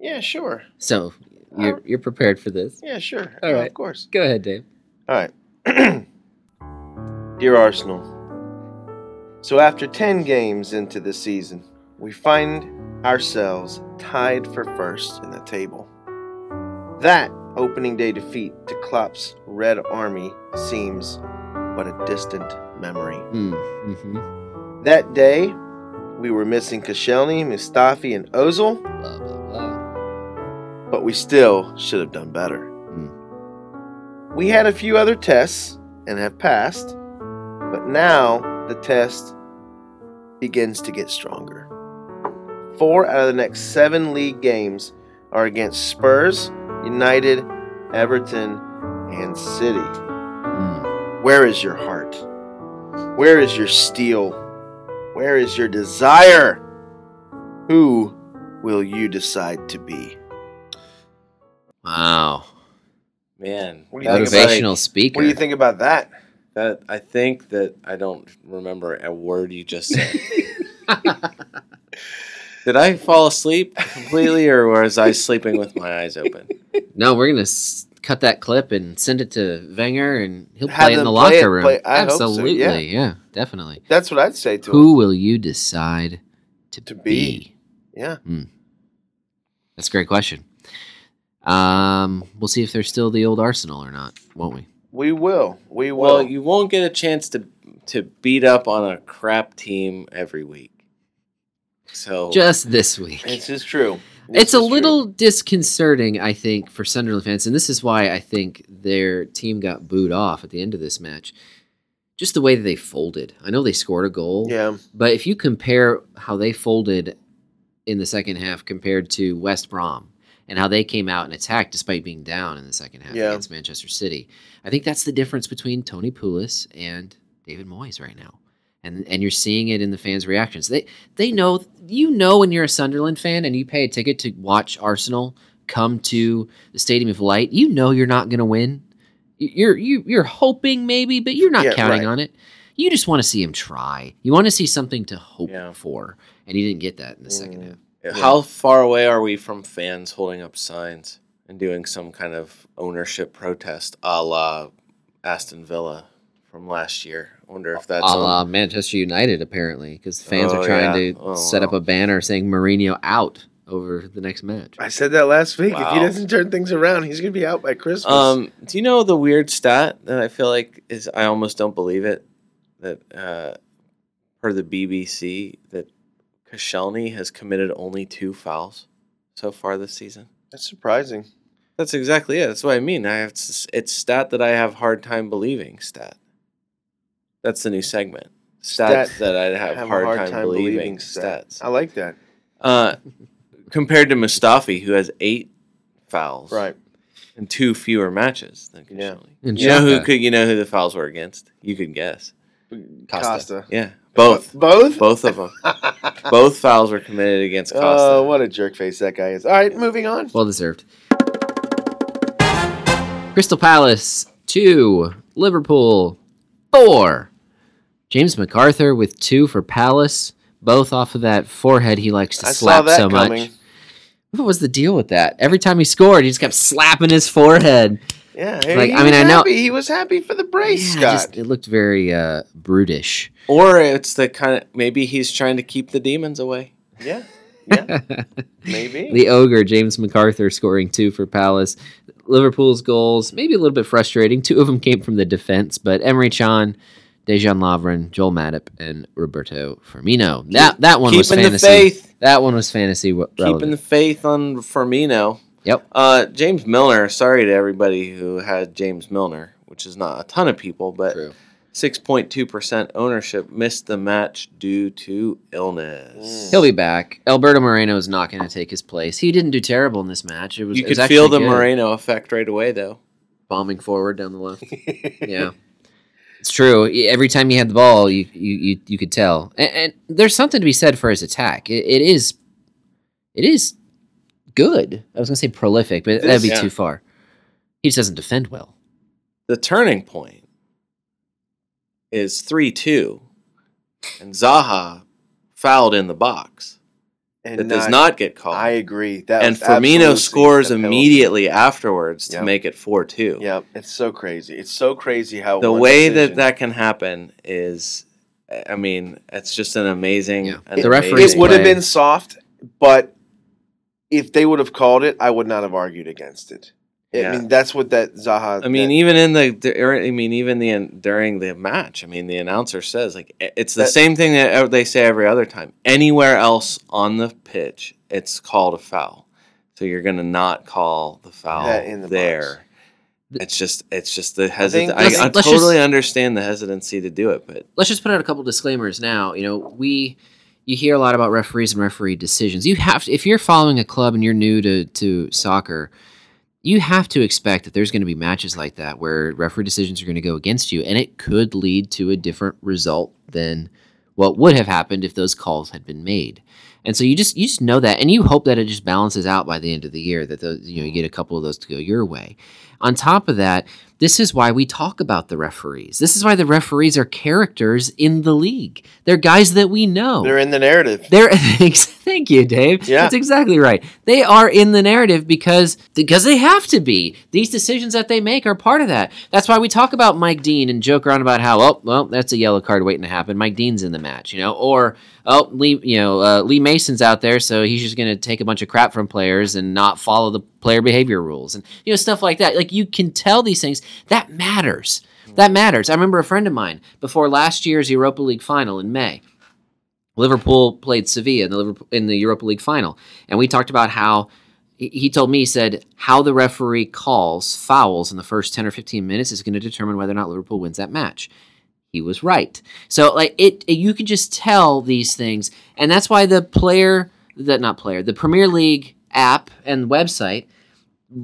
Yeah, sure. So Oh. you're you're prepared for this. Yeah, sure. All Yeah, right. of course. Go ahead, Dave. All right. Dear Arsenal, so after 10 games into the season, we find ourselves tied for first in the table. That opening day defeat to Klopp's Red Army seems but a distant memory. Mm-hmm. That day, we were missing Koscielny, Mustafi, and Ozil, Blah blah blah. but we still should have done better. Hmm. We had a few other tests and have passed, but now the test begins to get stronger. Four out of the next seven league games are against Spurs, United, Everton, and City. Mm. Where is your heart? Where is your steel? Where is your desire? Who will you decide to be? Wow. Man, What do you think about- Motivational speaker. What do you think about that? That I think that I don't remember a word you just said. Did I fall asleep completely, or was I sleeping with my eyes open? No, we're gonna s- cut that clip and send it to Wenger, and he'll Have play it them in the play it, locker room. play- I hope so, Absolutely, yeah. yeah. definitely. That's what I'd say to him. Who will you decide to, To be. be? Yeah. That's a great question. Um, we'll see if they're still the old Arsenal or not, won't we? We will. We will. Well, you won't get a chance to to beat up on a crap team every week. So Just this week. this is true. Oh. This It's a is true. little disconcerting, I think, for Sunderland fans, and this is why I think their team got booed off at the end of this match. Just the way that they folded. I know they scored a goal, Yeah. but if you compare how they folded in the second half compared to West Brom and how they came out and attacked despite being down in the second half Yeah. against Manchester City, I think that's the difference between Tony Pulis and David Moyes right now. And, and you're seeing it in the fans' reactions. They they know you know when you're a Sunderland fan and you pay a ticket to watch Arsenal come to the Stadium of Light, you know you're not going to win. You're you you're hoping maybe, but you're not Yeah, counting right. on it. You just want to see him try. You want to see something to hope Yeah. for, and he didn't get that in the second Mm. half. how far away are we from fans holding up signs and doing some kind of ownership protest, a la Aston Villa from last year? I wonder if that's a on- la Manchester United, apparently, because fans Oh, are trying yeah. to Oh, set up wow. a banner saying Mourinho out over the next match. I said that last week. If he Wow. doesn't turn things around, he's gonna be out by Christmas. Um, do you know the weird stat that I feel like is I almost don't believe it that uh, per the BBC that Koscielny has committed only two fouls so far this season. That's surprising. That's exactly it. That's what I mean. I have s- it's stat that I have hard time believing. Stat. That's the new segment. Stats Stat- that I I have, hard, time, believing, stats. I like that. Uh, compared to Mustafi, who has eight fouls Right. and two fewer matches than Koscielny. Yeah. And You know who Xhaka. could you know who the fouls were against? You could guess. Costa. Yeah, both, Both. both of them. both fouls were committed against Oh, Costa. what a jerk face that guy is. All right, moving on. Well deserved. Crystal Palace two, Liverpool four. James MacArthur with two for Palace, both off of that forehead he likes to I saw slap that so much. coming. What was the deal with that? Every time he scored, he just kept slapping his forehead. Yeah. Like, he I was mean, I know- happy. he was happy for the brace, Yeah, Scott. just- it looked very uh, brutish. Or it's the kind of maybe he's trying to keep the demons away. Yeah. Yeah. Maybe. The ogre James MacArthur scoring two for Palace. Liverpool's goals maybe a little bit frustrating. Two of them came from the defense, but Emery Chan, Dejan Lovren, Joel Matip, and Roberto Firmino. that that one was Keeping fantasy. the faith, That one was fantasy w- keeping relevant. the faith on Firmino. Yep. Uh, James Milner. Sorry to everybody who had James Milner, which is not a ton of people, but True. six point two percent ownership missed the match due to illness. Mm. He'll be back. Alberto Moreno is not going to take his place. He didn't do terrible in this match. It was You it was could feel the actually good. Moreno effect right away, though. bombing forward down the left. yeah, it's true. E- Every time he had the ball, you you you, you could tell. And, and there's something to be said for his attack. It, it is, it is good. I was gonna say prolific, but that'd is, be yeah. too far. He just doesn't defend well. The turning point is 3 2, and Zaha fouled in the box. And That does not get called. I agree. That and was absolutely Firmino scores a penalty. immediately afterwards Yep. to make it 4 2. Yeah, it's so crazy. It's so crazy how The one way that decision- that can happen is, I mean, it's just an amazing. Yeah. an The it referee's amazing- would have play- been soft, but if they would have called it, I would not have argued against it. I Yeah. mean, that's what that Zaha. I mean, that- even in the, dur- I mean, even the during the match, I mean, the announcer says like i- it's the That- same thing that ev- they say every other time. Anywhere else on the pitch, it's called a foul. So you're gonna not call the foul That in the box. there. It's just, it's just the hesitancy. I, Let's- I, let's totally understand the hesitancy to do it, but let's just put out a couple disclaimers now. You know, we you hear a lot about referees and referee decisions. You have to, if you're following a club and you're new to to soccer, you have to expect that there's going to be matches like that where referee decisions are going to go against you, and it could lead to a different result than what would have happened if those calls had been made. And so you just you just know that, and you hope that it just balances out by the end of the year that those you know you get a couple of those to go your way. On top of that, this is why we talk about the referees. This is why the referees are characters in the league. They're guys that we know. They're in the narrative. They're thanks- thank you, Dave. Yeah. That's exactly right. They are in the narrative because because they have to be. These decisions that they make are part of that. That's why we talk about Mike Dean and joke around about how oh well that's a yellow card waiting to happen. Mike Dean's in the match, you know, or oh Lee you know uh, Lee Mason's out there, so he's just going to take a bunch of crap from players and not follow the player behavior rules and you know stuff like that. Like you can tell these things that matters. That matters. I remember a friend of mine before last year's Europa League final in May. Liverpool played Sevilla in the Liverpool, in the Europa League final, and we talked about how he- he told me he said how the referee calls fouls in the first 10 or 15 minutes is going to determine whether or not Liverpool wins that match. He was right. So like it, it- you can just tell these things and that's why the player that not player, the Premier League app and website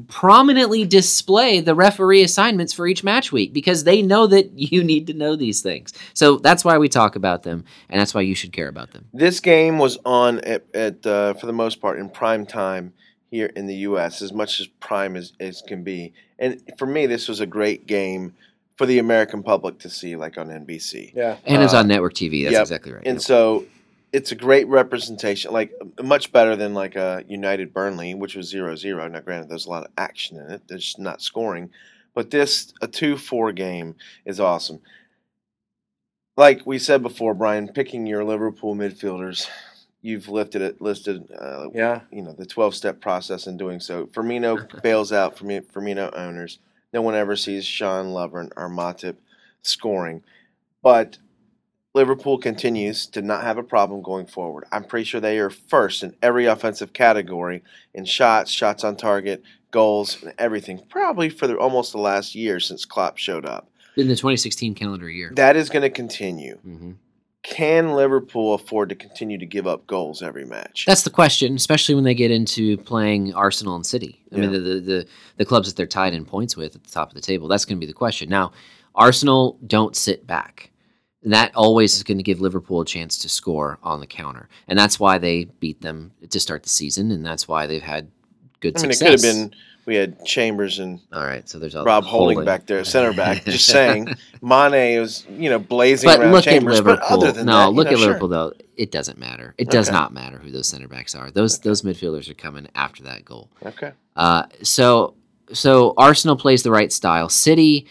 prominently display the referee assignments for each match week because they know that you need to know these things. So that's why we talk about them and that's why you should care about them. This game was on at, at uh, for the most part in prime time here in the U.S. as much as prime as, as can be. And for me, this was a great game for the American public to see, like on NBC. Yeah. And it's Uh, on network TV. That's yep. exactly right. And so it's a great representation, like much better than like a United Burnley, which was 0 0. Now, granted, there's a lot of action in it, there's just not scoring. But this, a 2 4 game, is awesome. Like we said before, Brian, picking your Liverpool midfielders, you've lifted it, listed, uh, Yeah. you know, the 12 step process in doing so. Firmino bails out Firmi- Firmino owners. No one ever sees Sean Lovren or Matip scoring. But Liverpool continues to not have a problem going forward. I'm pretty sure they are first in every offensive category in shots, shots on target, goals, and everything, probably for the, almost the last year since Klopp showed up. in the 2016 calendar year. That is going to continue. hmm Can Liverpool afford to continue to give up goals every match? That's the question, especially when they get into playing Arsenal and City. I mean, the, the the the clubs that they're tied in points with at the top of the table. That's going to be the question. Now, Arsenal don't sit back. That always is going to give Liverpool a chance to score on the counter, and that's why they beat them to start the season, and that's why they've had good I mean, success. Oh, it could have been we had Chambers and all right. So there's all Rob Holding, back there, center back. Just saying, Mane was you know blazing But around look Chambers. at Liverpool. But other than no, that, you look know, at sure. Liverpool though. It doesn't matter. It does Okay. not matter who those center backs are. Those those midfielders are coming after that goal. Okay, Uh, so so Arsenal plays the right style. City,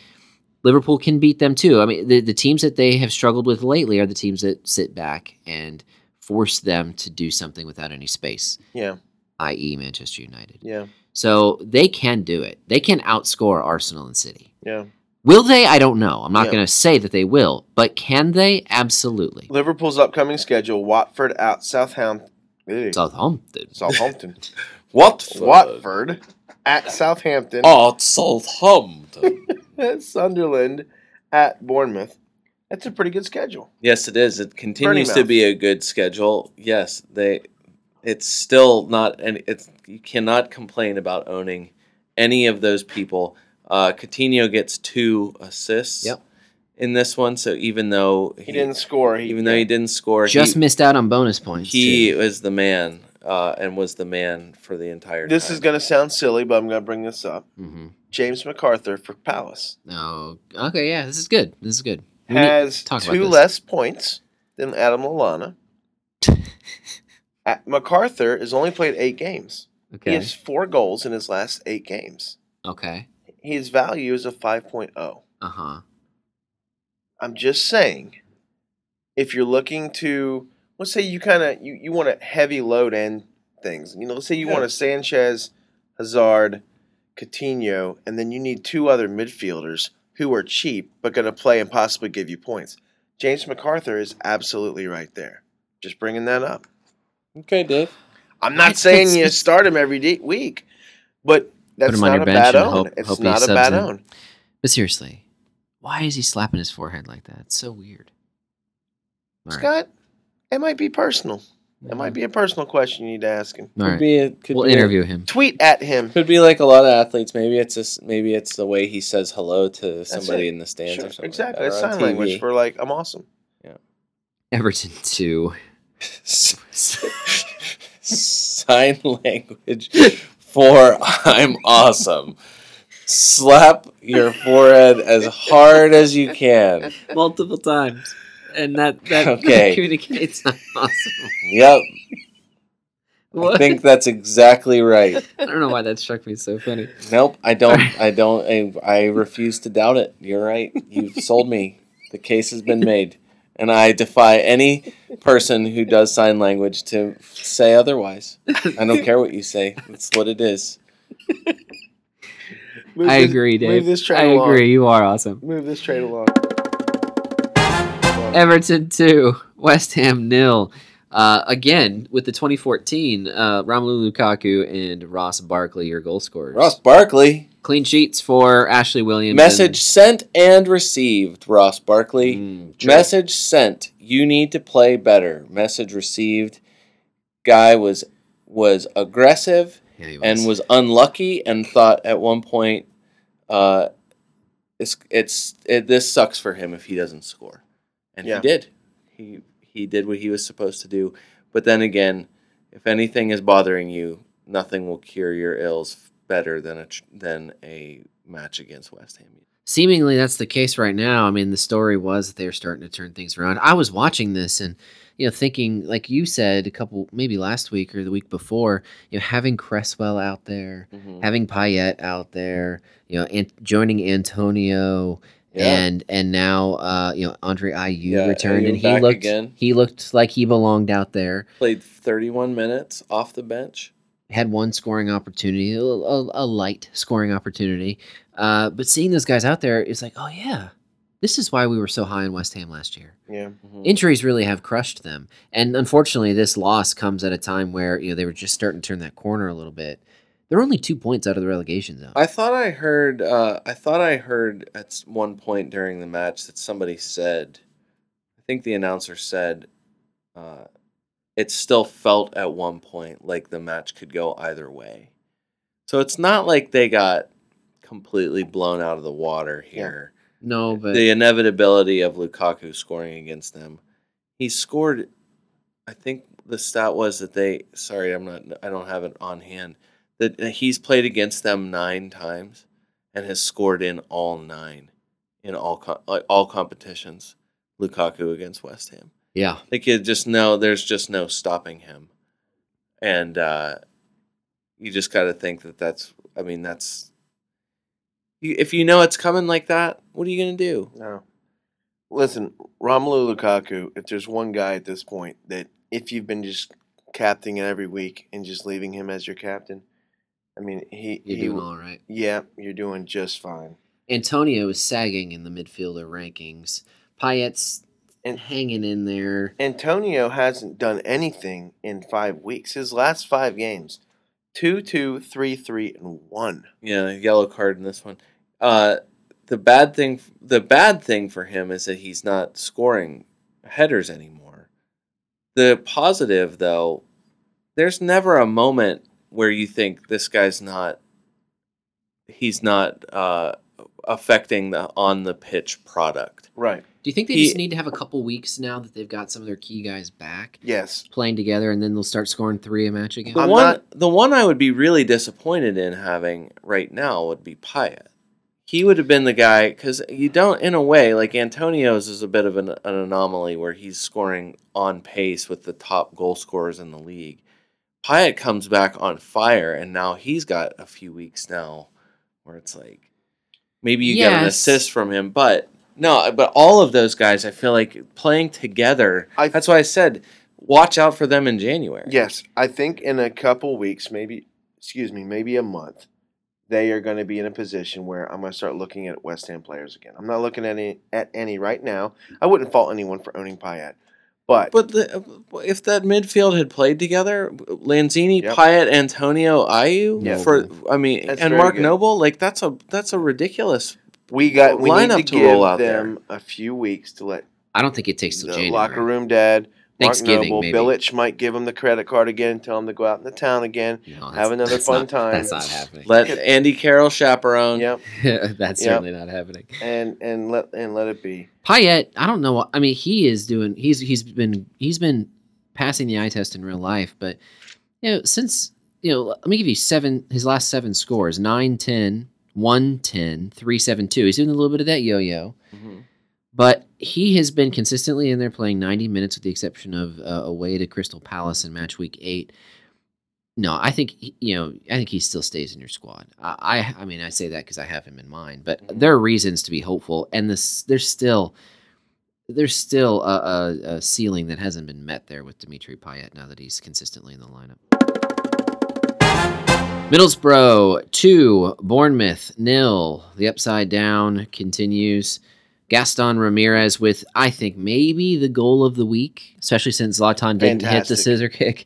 Liverpool can beat them too. I mean, the, the teams that they have struggled with lately are the teams that sit back and force them to do something without any space, yeah, i.e., Manchester United. yeah, So they can do it. They can outscore Arsenal and City. yeah. Will they? I don't know. I'm not Yeah. going to say that they will, but can they? Absolutely. Liverpool's upcoming schedule: Watford out, Southampton, Southampton. Southampton, Watford. Watford at Southampton, Oh, Southampton. Sunderland at Bournemouth. That's a pretty good schedule. yes, it is. It continues to mouth. be a good schedule. Yes, they. It's still not, and it's you cannot complain about owning any of those people. Uh, Coutinho gets two assists. Yep. In this one, so even though He didn't score. He, even though he didn't score, Just he, missed out on bonus points. he too. was the man uh, and was the man for the entire. This time. is going to sound silly, but I'm going to bring this up. Mhm. James MacArthur for Palace Oh, okay. Yeah, this is good. This is good. We need- has talk about two this. less points than Adam Lallana. Uh, MacArthur has only played eight games. He Okay. has four goals in his last eight games. Okay. His value is a oh. 5.0. Uh huh. I'm just saying, if you're looking to, let's say you kind of you, you want to heavy load end things. You know, let's say you want a Sanchez, Hazard, Coutinho, and then you need two other midfielders who are cheap but going to play and possibly give you points. James MacArthur is absolutely right there. Just bringing that up. okay, Dave. I'm I not think saying you it's- start him every de- week, but that's him on not your a bench bad and own. hope- it's hope he not a subs bad in. own. But seriously, why is he slapping his forehead like that? It's so weird. All right. Mm-hmm. Scott, it might be personal. It might be a personal question you need to ask him. All Could right. be a, could We'll be a- interview him. Tweet at him. could be like a lot of athletes. Maybe it's just maybe it's the way he says hello to somebody it. in the stands Sure, or something. Exactly. Like It's that, or on sign language TV. for like I'm awesome. Everton two. sign language for I'm awesome. Slap your forehead as hard as you can. multiple times, and that that Okay. communicates. I'm awesome. Yep, I What? think that's exactly right. I don't know why that struck me so funny. Nope, I don't. I don't. I, I refuse to doubt it. You're right. You've sold me. The case has been made, and I defy any person who does sign language to say otherwise. I don't care what you say. That's what it is. Move I this- agree, Move Dave. this train I along. agree. You are awesome. Move this train along. Everton two, West Ham nil. Uh, again, with the 2014, uh, Romelu Lukaku and Ross Barkley are goal scorers. Ross Barkley. Clean sheets for Ashley Williams. Message sent and received, Ross Barkley. and- Mm, true. Message sent. You need to play better. Message received. Guy was was aggressive Yeah, he and was unlucky and thought at one point, uh, it's it's it, this sucks for him if he doesn't score, and Yeah. he did. He he did what he was supposed to do. But then again, if anything is bothering you, nothing will cure your ills better than a tr- than a match against West Ham. seemingly that's the case right now. I mean, the story was that they were starting to turn things around. I was watching this and you know thinking, like you said, a couple maybe last week or the week before, you know, having Cresswell out there, Mm-hmm. having Payet out there, you know, and joining Antonio. And and now uh, you know Andre Ayew Yeah, returned Ayew and he back looked again. he looked like he belonged out there. played 31 minutes off the bench. Had one scoring opportunity, a, a, a light scoring opportunity, uh, but seeing those guys out there, it's like, oh yeah, this is why we were so high in West Ham last year. Yeah. Mm-hmm. injuries really have crushed them and unfortunately this loss comes at a time where you know they were just starting to turn that corner a little bit they're only two points out of the relegation zone I thought I heard. Uh, I thought I heard at s- one point during the match that somebody said, I think the announcer said, uh, it still felt at one point like the match could go either way. So it's not like they got completely blown out of the water here. no but the inevitability of Lukaku scoring against them. He scored. I think the stat was that they. Sorry, I'm not. I don't have it on hand. That that he's played against them nine times, and has scored in all nine, in all co- like all competitions. Lukaku against West Ham. yeah Like you just know, there's just no stopping him, and uh, you just got to think that that's. I mean, that's. you- If you know it's coming like that, what are you gonna do? No. Listen, Romelu Lukaku, if there's one guy at this point that if you've been just captaining every week and just leaving him as your captain, I mean, he. you're he doing all right yeah, you're doing just fine. antonio is sagging in the midfielder rankings Payet's And- hanging in there Antonio hasn't done anything in five weeks. His last five games, two, two, three, three, and one. Yeah, yellow card in this one. Uh, the bad thing, the bad thing for him is that he's not scoring headers anymore. The positive, though, there's never a moment where you think this guy's not, he's not uh, affecting the on the pitch product. Right. do you think they He- just need to have a couple weeks now that they've got some of their key guys back Yes. playing together and then they'll start scoring three a match again The I'm one, not- the one I would be really disappointed in having right now would be Payet. He would have been the guy because you don't, in a way, like Antonio's is a bit of an, an anomaly where he's scoring on pace with the top goal scorers in the league. Payet comes back on fire, and now he's got a few weeks now where it's like maybe you get an Yes. assist from him, but no, but all of those guys, I feel like playing together. I- that's why I said watch out for them in January. Yes. I think in a couple weeks, maybe, excuse me, maybe a month, they are going to be in a position where I'm going to start looking at West Ham players again. I'm not looking at any, at any right now. I wouldn't fault anyone for owning Payet, but, But the, if that midfield had played together, Lanzini, Yep. Pyatt, Antonio, Ayu, Yeah. for I mean, That's and very Mark good. Noble, like that's a that's a ridiculous. we got we lineup need to to, give roll out them a few weeks to let i don't think it takes till the january locker room dad. Mark Thanksgiving, Noble, maybe. Billich might give him the credit card again, tell him to go out in the town again. No, that's- Have another that's fun not- time. that's not happening Let Andy Carroll chaperone. Yep, that's Yeah. certainly not happening. and and let and let it be. Payet, I don't know. I mean, he is doing. He's he's been he's been passing the eye test in real life, but you know, since you know, let me give you seven his last seven scores 9 10, 1 10, 3 7 2. He's doing a little bit of that yo yo, but he has been consistently in there playing 90 minutes with the exception of uh, away to Crystal Palace in match week 8. No, I think he- you know. I think he still stays in your squad. I, I, I mean, I say that because I have him in mind, but Mhm. there are reasons to be hopeful, and this there's still there's still a, a, a ceiling that hasn't been met there with Dimitri Payet now that he's consistently in the lineup. Middlesbrough two, Bournemouth nil. The upside down continues. Gaston Ramirez with I think maybe the goal of the week, especially since Zlatan didn't hit the Fantastic. scissor kick.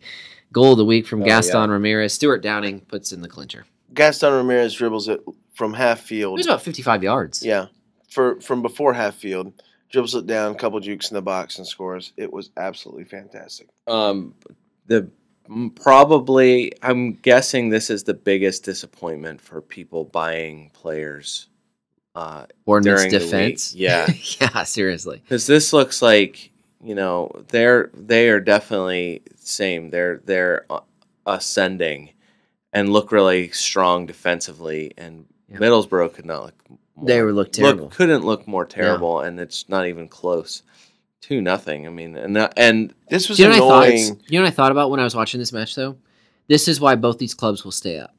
Goal of the week from Oh, Gaston Ramirez. Stuart Downing puts in the clincher. Gaston Ramirez dribbles it from half It field. was about 55 yards. Yeah, for from before half field, dribbles it down, couple jukes in the box, and scores. It was absolutely fantastic. Um, the m- probably I'm guessing this is the biggest disappointment for people buying players. Uh, Bournemouth's During the defense. week, yeah. yeah, seriously. because this looks like you know they're they are definitely same. They're they're uh, ascending and look really strong defensively. And Yeah. Middlesbrough could not look. More, They were looked terrible. couldn't look more terrible, and it's not even close. Two nothing. I mean, and that- and This was Do you know what I annoying. thought? You know what I thought about when I was watching this match though? This is why both these clubs will stay up.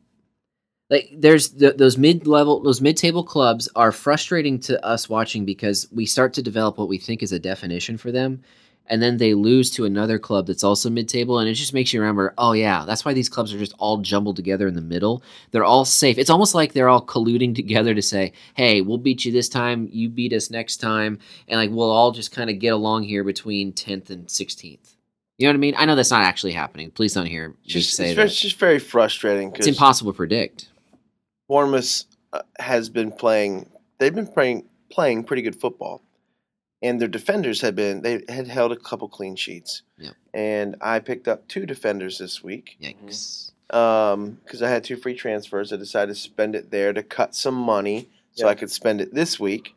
Like there's th- those mid-level, those mid-table clubs are frustrating to us watching because we start to develop what we think is a definition for them, and then they lose to another club that's also mid-table, and it just makes you remember, oh yeah, that's why these clubs are just all jumbled together in the middle. They're all safe. It's almost like they're all colluding together to say, hey, we'll beat you this time, you beat us next time, and like we'll all just kind of get along here between tenth and sixteenth. You know what I mean? I know that's not actually happening. Please don't hear me Just, say it's, that. very- it's just very frustrating It's because impossible to predict. Bournemouth uh, has been playing. They've been playing playing pretty good football, and their defenders had been they had held a couple clean sheets. Yep. And I picked up two defenders this week Yikes. because I had two free transfers. I decided to spend it there to cut some money so I Yep. could spend it this week.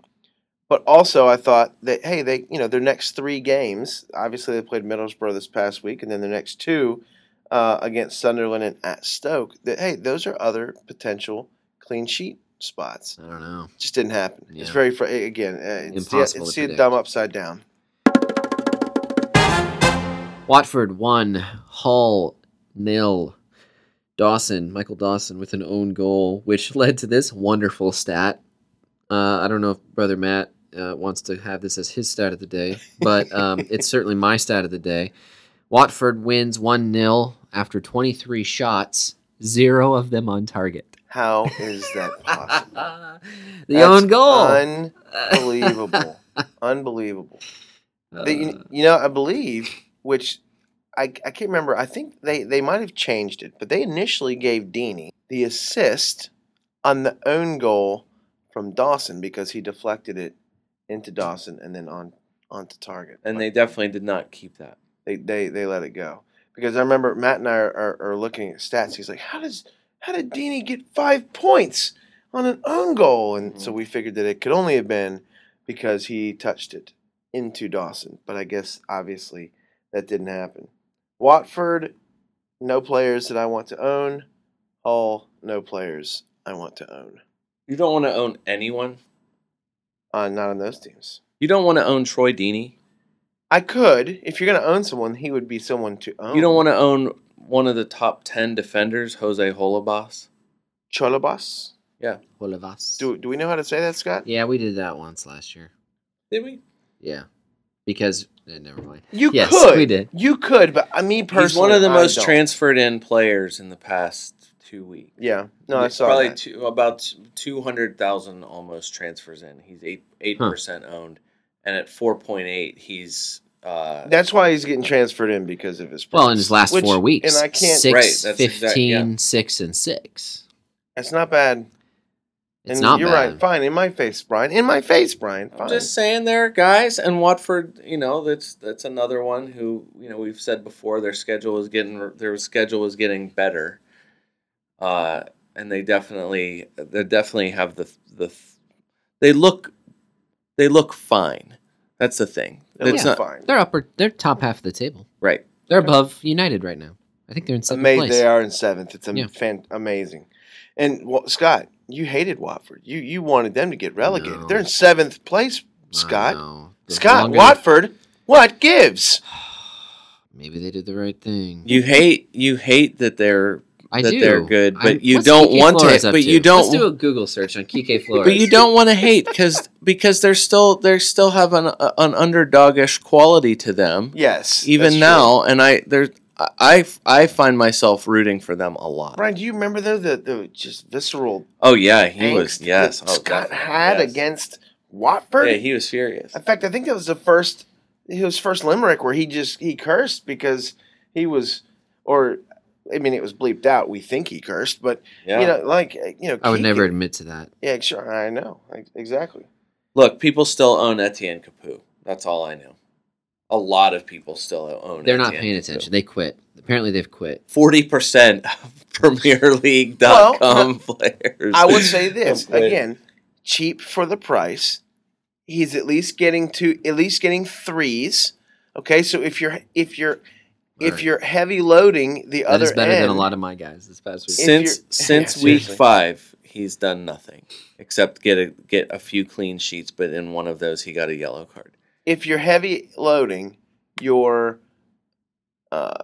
But also, I thought that hey, they you know their next three games. Obviously, they played Middlesbrough this past week, and then their next two uh, against Sunderland and at Stoke. That hey, those are other potential clean sheet spots. I don't know. Just didn't happen. It's Yeah. very fr- again. Uh, it's the, Impossible to it's the predict. dumb upside down. Watford one, Hull nil. Dawson, Michael Dawson, with an own goal, which led to this wonderful stat. Uh, I don't know if brother Matt uh, wants to have this as his stat of the day, but um, it's certainly my stat of the day. Watford wins one 0 after 23 shots, zero of them on target. How is that possible? the That's own goal. Unbelievable! Unbelievable. Uh, They, you, you know, I believe, which I, I can't remember. I think they, they might have changed it, but they initially gave Deeney the assist on the own goal from Dawson because he deflected it into Dawson and then on onto target. and they Like, definitely did not keep that. they they they let it go because I remember Matt and I are, are, are looking at stats. He's like, how does how did Deeney get five points on an own goal? And Mm-hmm. so we figured that it could only have been because he touched it into Dawson. But I guess obviously that didn't happen. Watford, no players that I want to own. All no players I want to own. You don't want to own anyone. Uh, not on those teams. You don't want to own Troy Deeney. I could, if you're gonna own someone, he would be someone to own. You don't want to own one of the top ten defenders, Jose Holobas. Cholobas. All of us. Do do we know how to say that, Scott? Yeah, we did that once last year. Did we? Yeah, because eh, never mind. You Yes, could. we did. You could, but I mean personally, He's one of the I most don't. transferred in players in the past two weeks. Yeah, no, I There's saw probably that. two, about two hundred thousand almost transfers in. He's eight eight Huh. percent owned, and at four point eight, he's uh, That's why he's getting transferred in because of his. Well, in price. his last Which- four weeks, and I can't. six, Right, that's exact- 15, yeah. six, and six. That's not bad. It's and not you're bad. right. Fine, in my face, Brian. In my face, Brian. I'm Fine. just saying there, guys, and Watford. You know, that's that's another one who you know we've said before their schedule was getting their schedule was getting better, uh, and they definitely they definitely have the the they look they look fine. That's the thing. It looks It's not fine. They're upper. They're top half of the table. right. They're above United right now. I think they're in second Amazing. place. They are in seventh. It's am- Yeah. fan- amazing. And well, Scott, you hated Watford. You you wanted them to get relegated. No. They're in seventh place. I Scott, know. The Scott longer- Watford. What gives? Maybe they did the right thing. You hate you hate that they're I that do. they're good, I'm- but you what's don't Kike want to- Flores up but you to? don't- Let's do a Google search on Kike Flores. but you don't want to hate because because they're still they still have an an underdogish quality to them Yes, that's even true. now, and I there's I I find myself rooting for them a lot. Brian, do you remember though the, the just visceral Oh yeah, he angst was yes. that oh, Scott definitely, had yes. against Watford? Yeah, he was furious. In fact, I think that was the first his first limerick where he just he cursed because he was, or I mean, it was bleeped out. We think he cursed, but Yeah. you know, like you know, I would Keegan- never admit to that. Yeah, sure. I know Ex- exactly. Look, people still own Etienne Capoue. That's all I know. A lot of people still own. They're not paying attention. They quit. Apparently, they've quit. Forty percent of Premier League.com Well, players. I would say this Okay. again: cheap for the price. He's at least getting to at least getting threes. Okay, so if you're if you're if Right. you're heavy loading the That other is better end, than a lot of my guys this past week. If since you're- since Yeah, week seriously. five, he's done nothing except get a get a few clean sheets. But in one of those, he got a yellow card. if you're heavy loading your uh,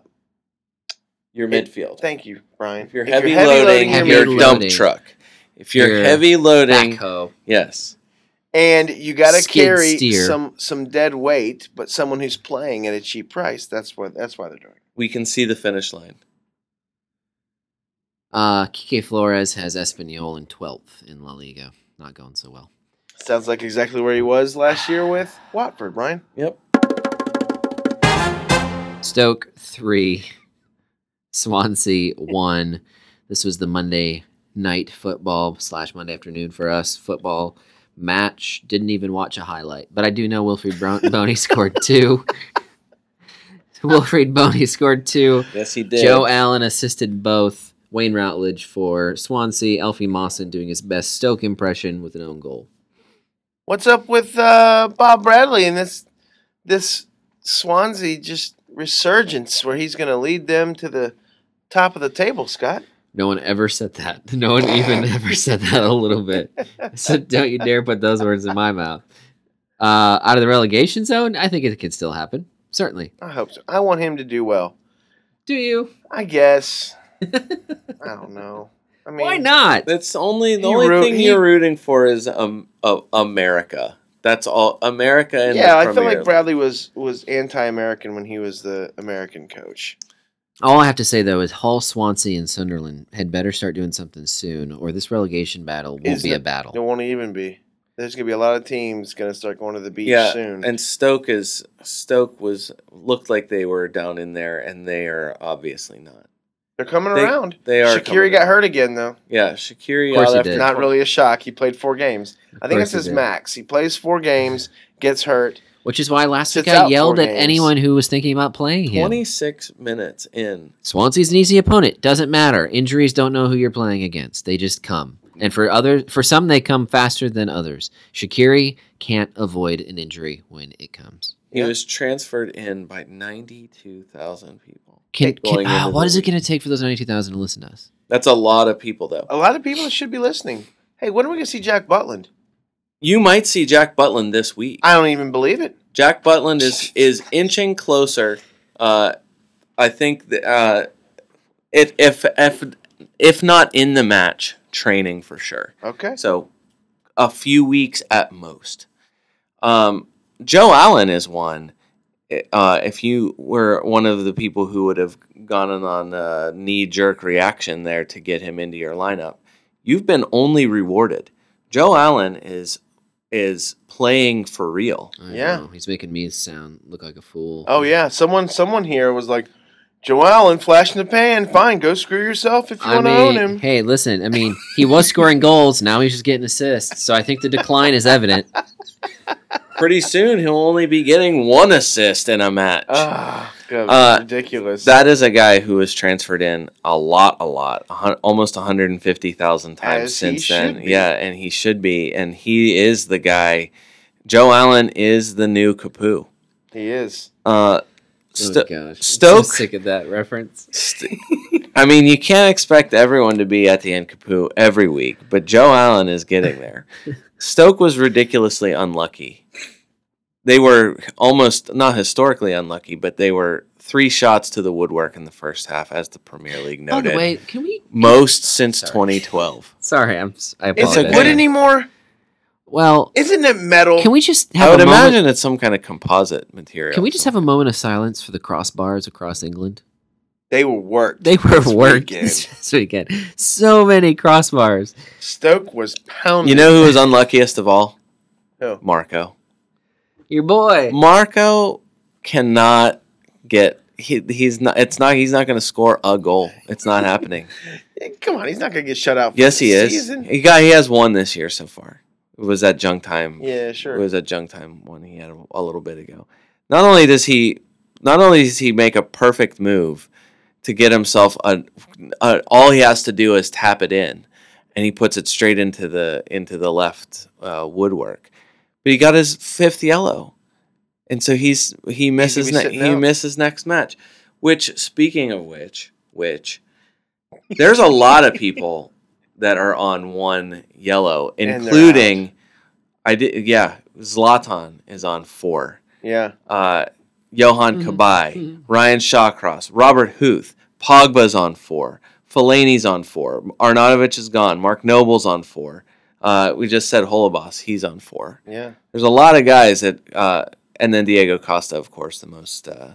Your It- midfield. Thank you, Brian. If you're heavy loading, your your midfield. dump Loading. truck. If you're Your heavy loading, Backhoe. yes. and you got to Skid carry steer. some some dead weight, but someone who's playing at a cheap price. That's what that's why they're doing. it. we can see the finish line. Uh, Kike Flores has Espanol in 12th in La Liga. Not going so well. Sounds like exactly where he was last year with Watford, Brian. Yep. Stoke three, Swansea one. This was the Monday night football slash Monday afternoon for us football match. Didn't even watch a highlight, but I do know Wilfried Bro- Boney scored two. Wilfried Boney scored two. Yes, he did. Joe Allen assisted both. Wayne Routledge for Swansea. Alfie Mawson doing his best Stoke impression with an own goal. What's up with uh, Bob Bradley and this this Swansea just resurgence where he's going to lead them to the top of the table, Scott? No one ever said that. No one even ever said that a little bit. So don't you dare put those words in my mouth. Uh, out of the relegation zone, I think it could still happen. Certainly. I hope so. I want him to do well. Do you? I guess. I don't know. I mean, Why not? That's only the He only ru- thing he- you're rooting for is um, uh, America. That's all America and Yeah, the I feel Premier like League. Bradley was was anti-American when he was the American coach. All I have to say, though, is Hull, Swansea, and Sunderland had better start doing something soon, or this relegation battle won't Is be it- a Oh. battle. There won't even be. There's gonna be a lot of teams gonna start going to the beach Yeah, soon. And Stoke is Stoke was looked like they were down in there, and they are obviously not. They're coming They- around. They are. Shakiri coming got in. hurt again though. Yeah, Shakiri. Of course out he after did. Not twen- really a shock. He played four games. I think that's course he his did. max. He plays four games, gets hurt. Which is why last week Sits I out yelled four at games. anyone who was thinking about playing him. Twenty-six minutes in, Swansea's an easy opponent. Doesn't matter. Injuries don't know who you're playing against. They just come. And for other for some they come faster than others. Shakiri can't avoid an injury when it comes. he Yeah. was transferred in by ninety-two thousand people. Can, Going can, ah, into what the is it league. going to take for those 92,000 to listen to us? That's a lot of people, though. A lot of people should be listening. Hey, when are we gonna see Jack Butland? You might see Jack Butland this week. I don't even believe it. Jack Butland is is inching closer. Uh, I think th- uh, if if if if not in the match, training for sure. Okay. So a few weeks at most. Um, Joe Allen is one. Uh, if you were one of the people who would have gone on a knee jerk reaction there to get him into your lineup, you've been only rewarded. Joe Allen is is playing for real. I Yeah. know. He's making me sound look like a fool. Oh yeah, someone someone here was like, Joe Allen, flash in the pan. Fine, go screw yourself if you I want to own him. mean, hey, listen. I mean, he was scoring goals. Now he's just getting assists. So I think the decline is evident. Oh pretty soon he'll only be getting one assist in a match. Ah, God, Uh, ridiculous. that is a guy who was transferred in a lot, a lot, a hun- almost 150,000 times As he since then. should be. Yeah, and he should be. And he is the guy. Joe Allen is the new Capu. he is. Uh, oh, Sto- gosh. I'm so Stoke- sick of that reference. st- I mean, you can't expect everyone to be at the end Capu every week, but Joe Allen is getting there. Stoke was ridiculously unlucky. They were almost not historically unlucky, but they were three shots to the woodwork in the first half, as the Premier League By noted. the way, can we? most since Sorry. 2012. Sorry, I'm. s- I Is apologize. it wood anymore? Well, Isn't it metal? can we just have I would a moment? imagine it's some kind of composite material. Can we just have a moment of silence for the crossbars across England? they were worked. They were This worked weekend. this weekend. So many crossbars. Stoke was pounding. You know who was unluckiest of all? Who? Marco. Your boy. Marco cannot get. He, he's not. It's not. He's not going to score a goal. It's not happening. Eh, come on, he's not gonna get shut out. For Yes, he the is. season. He got. He has one this year so far. It was that junk time. Yeah, sure. It was that junk time one he had a, a little bit ago. Not only does he, not only does he make a perfect move to get himself a, a all he has to do is tap it in, and he puts it straight into the into the left uh, woodwork. But he got his fifth yellow, and so he's he misses be ne- sitting he out. misses next match. Which speaking of which, which there's a lot of people that are on one yellow, And they're out. including I did yeah, Zlatan is on four. yeah. Uh Johan Mhm. Kabay, Mhm. Ryan Shawcross, Robert Huth, Pogba's on four, Fellaini's on four, Arnautovic is gone, Mark Noble's on four. Uh, we just said Holobos, he's on four. Yeah. There's a lot of guys that, uh, and then Diego Costa, of course, the most uh,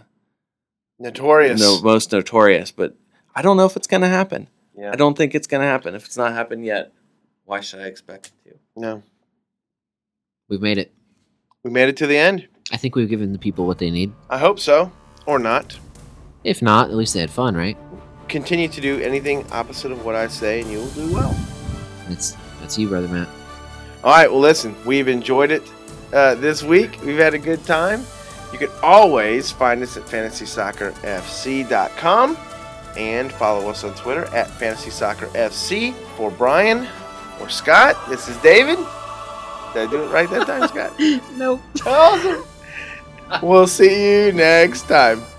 Notorious. no, most notorious. But I don't know if it's going to happen. Yeah. I don't think it's going to happen. If it's not happened yet, why should I expect it to? No. We've made it. We made it to the end. I think we've given the people what they need. I hope so, or not. If not, at least they had fun, right? Continue to do anything opposite of what I say, and you will do well. That's that's you, brother Matt. All right. Well, listen, we've enjoyed it uh, this week. We've had a good time. You can always find us at fantasysoccerfc.com and follow us on Twitter at fantasysoccerfc. For Brian or Scott, this is David. Did I do it right that time, Scott? Nope. Awesome. We'll see you next time.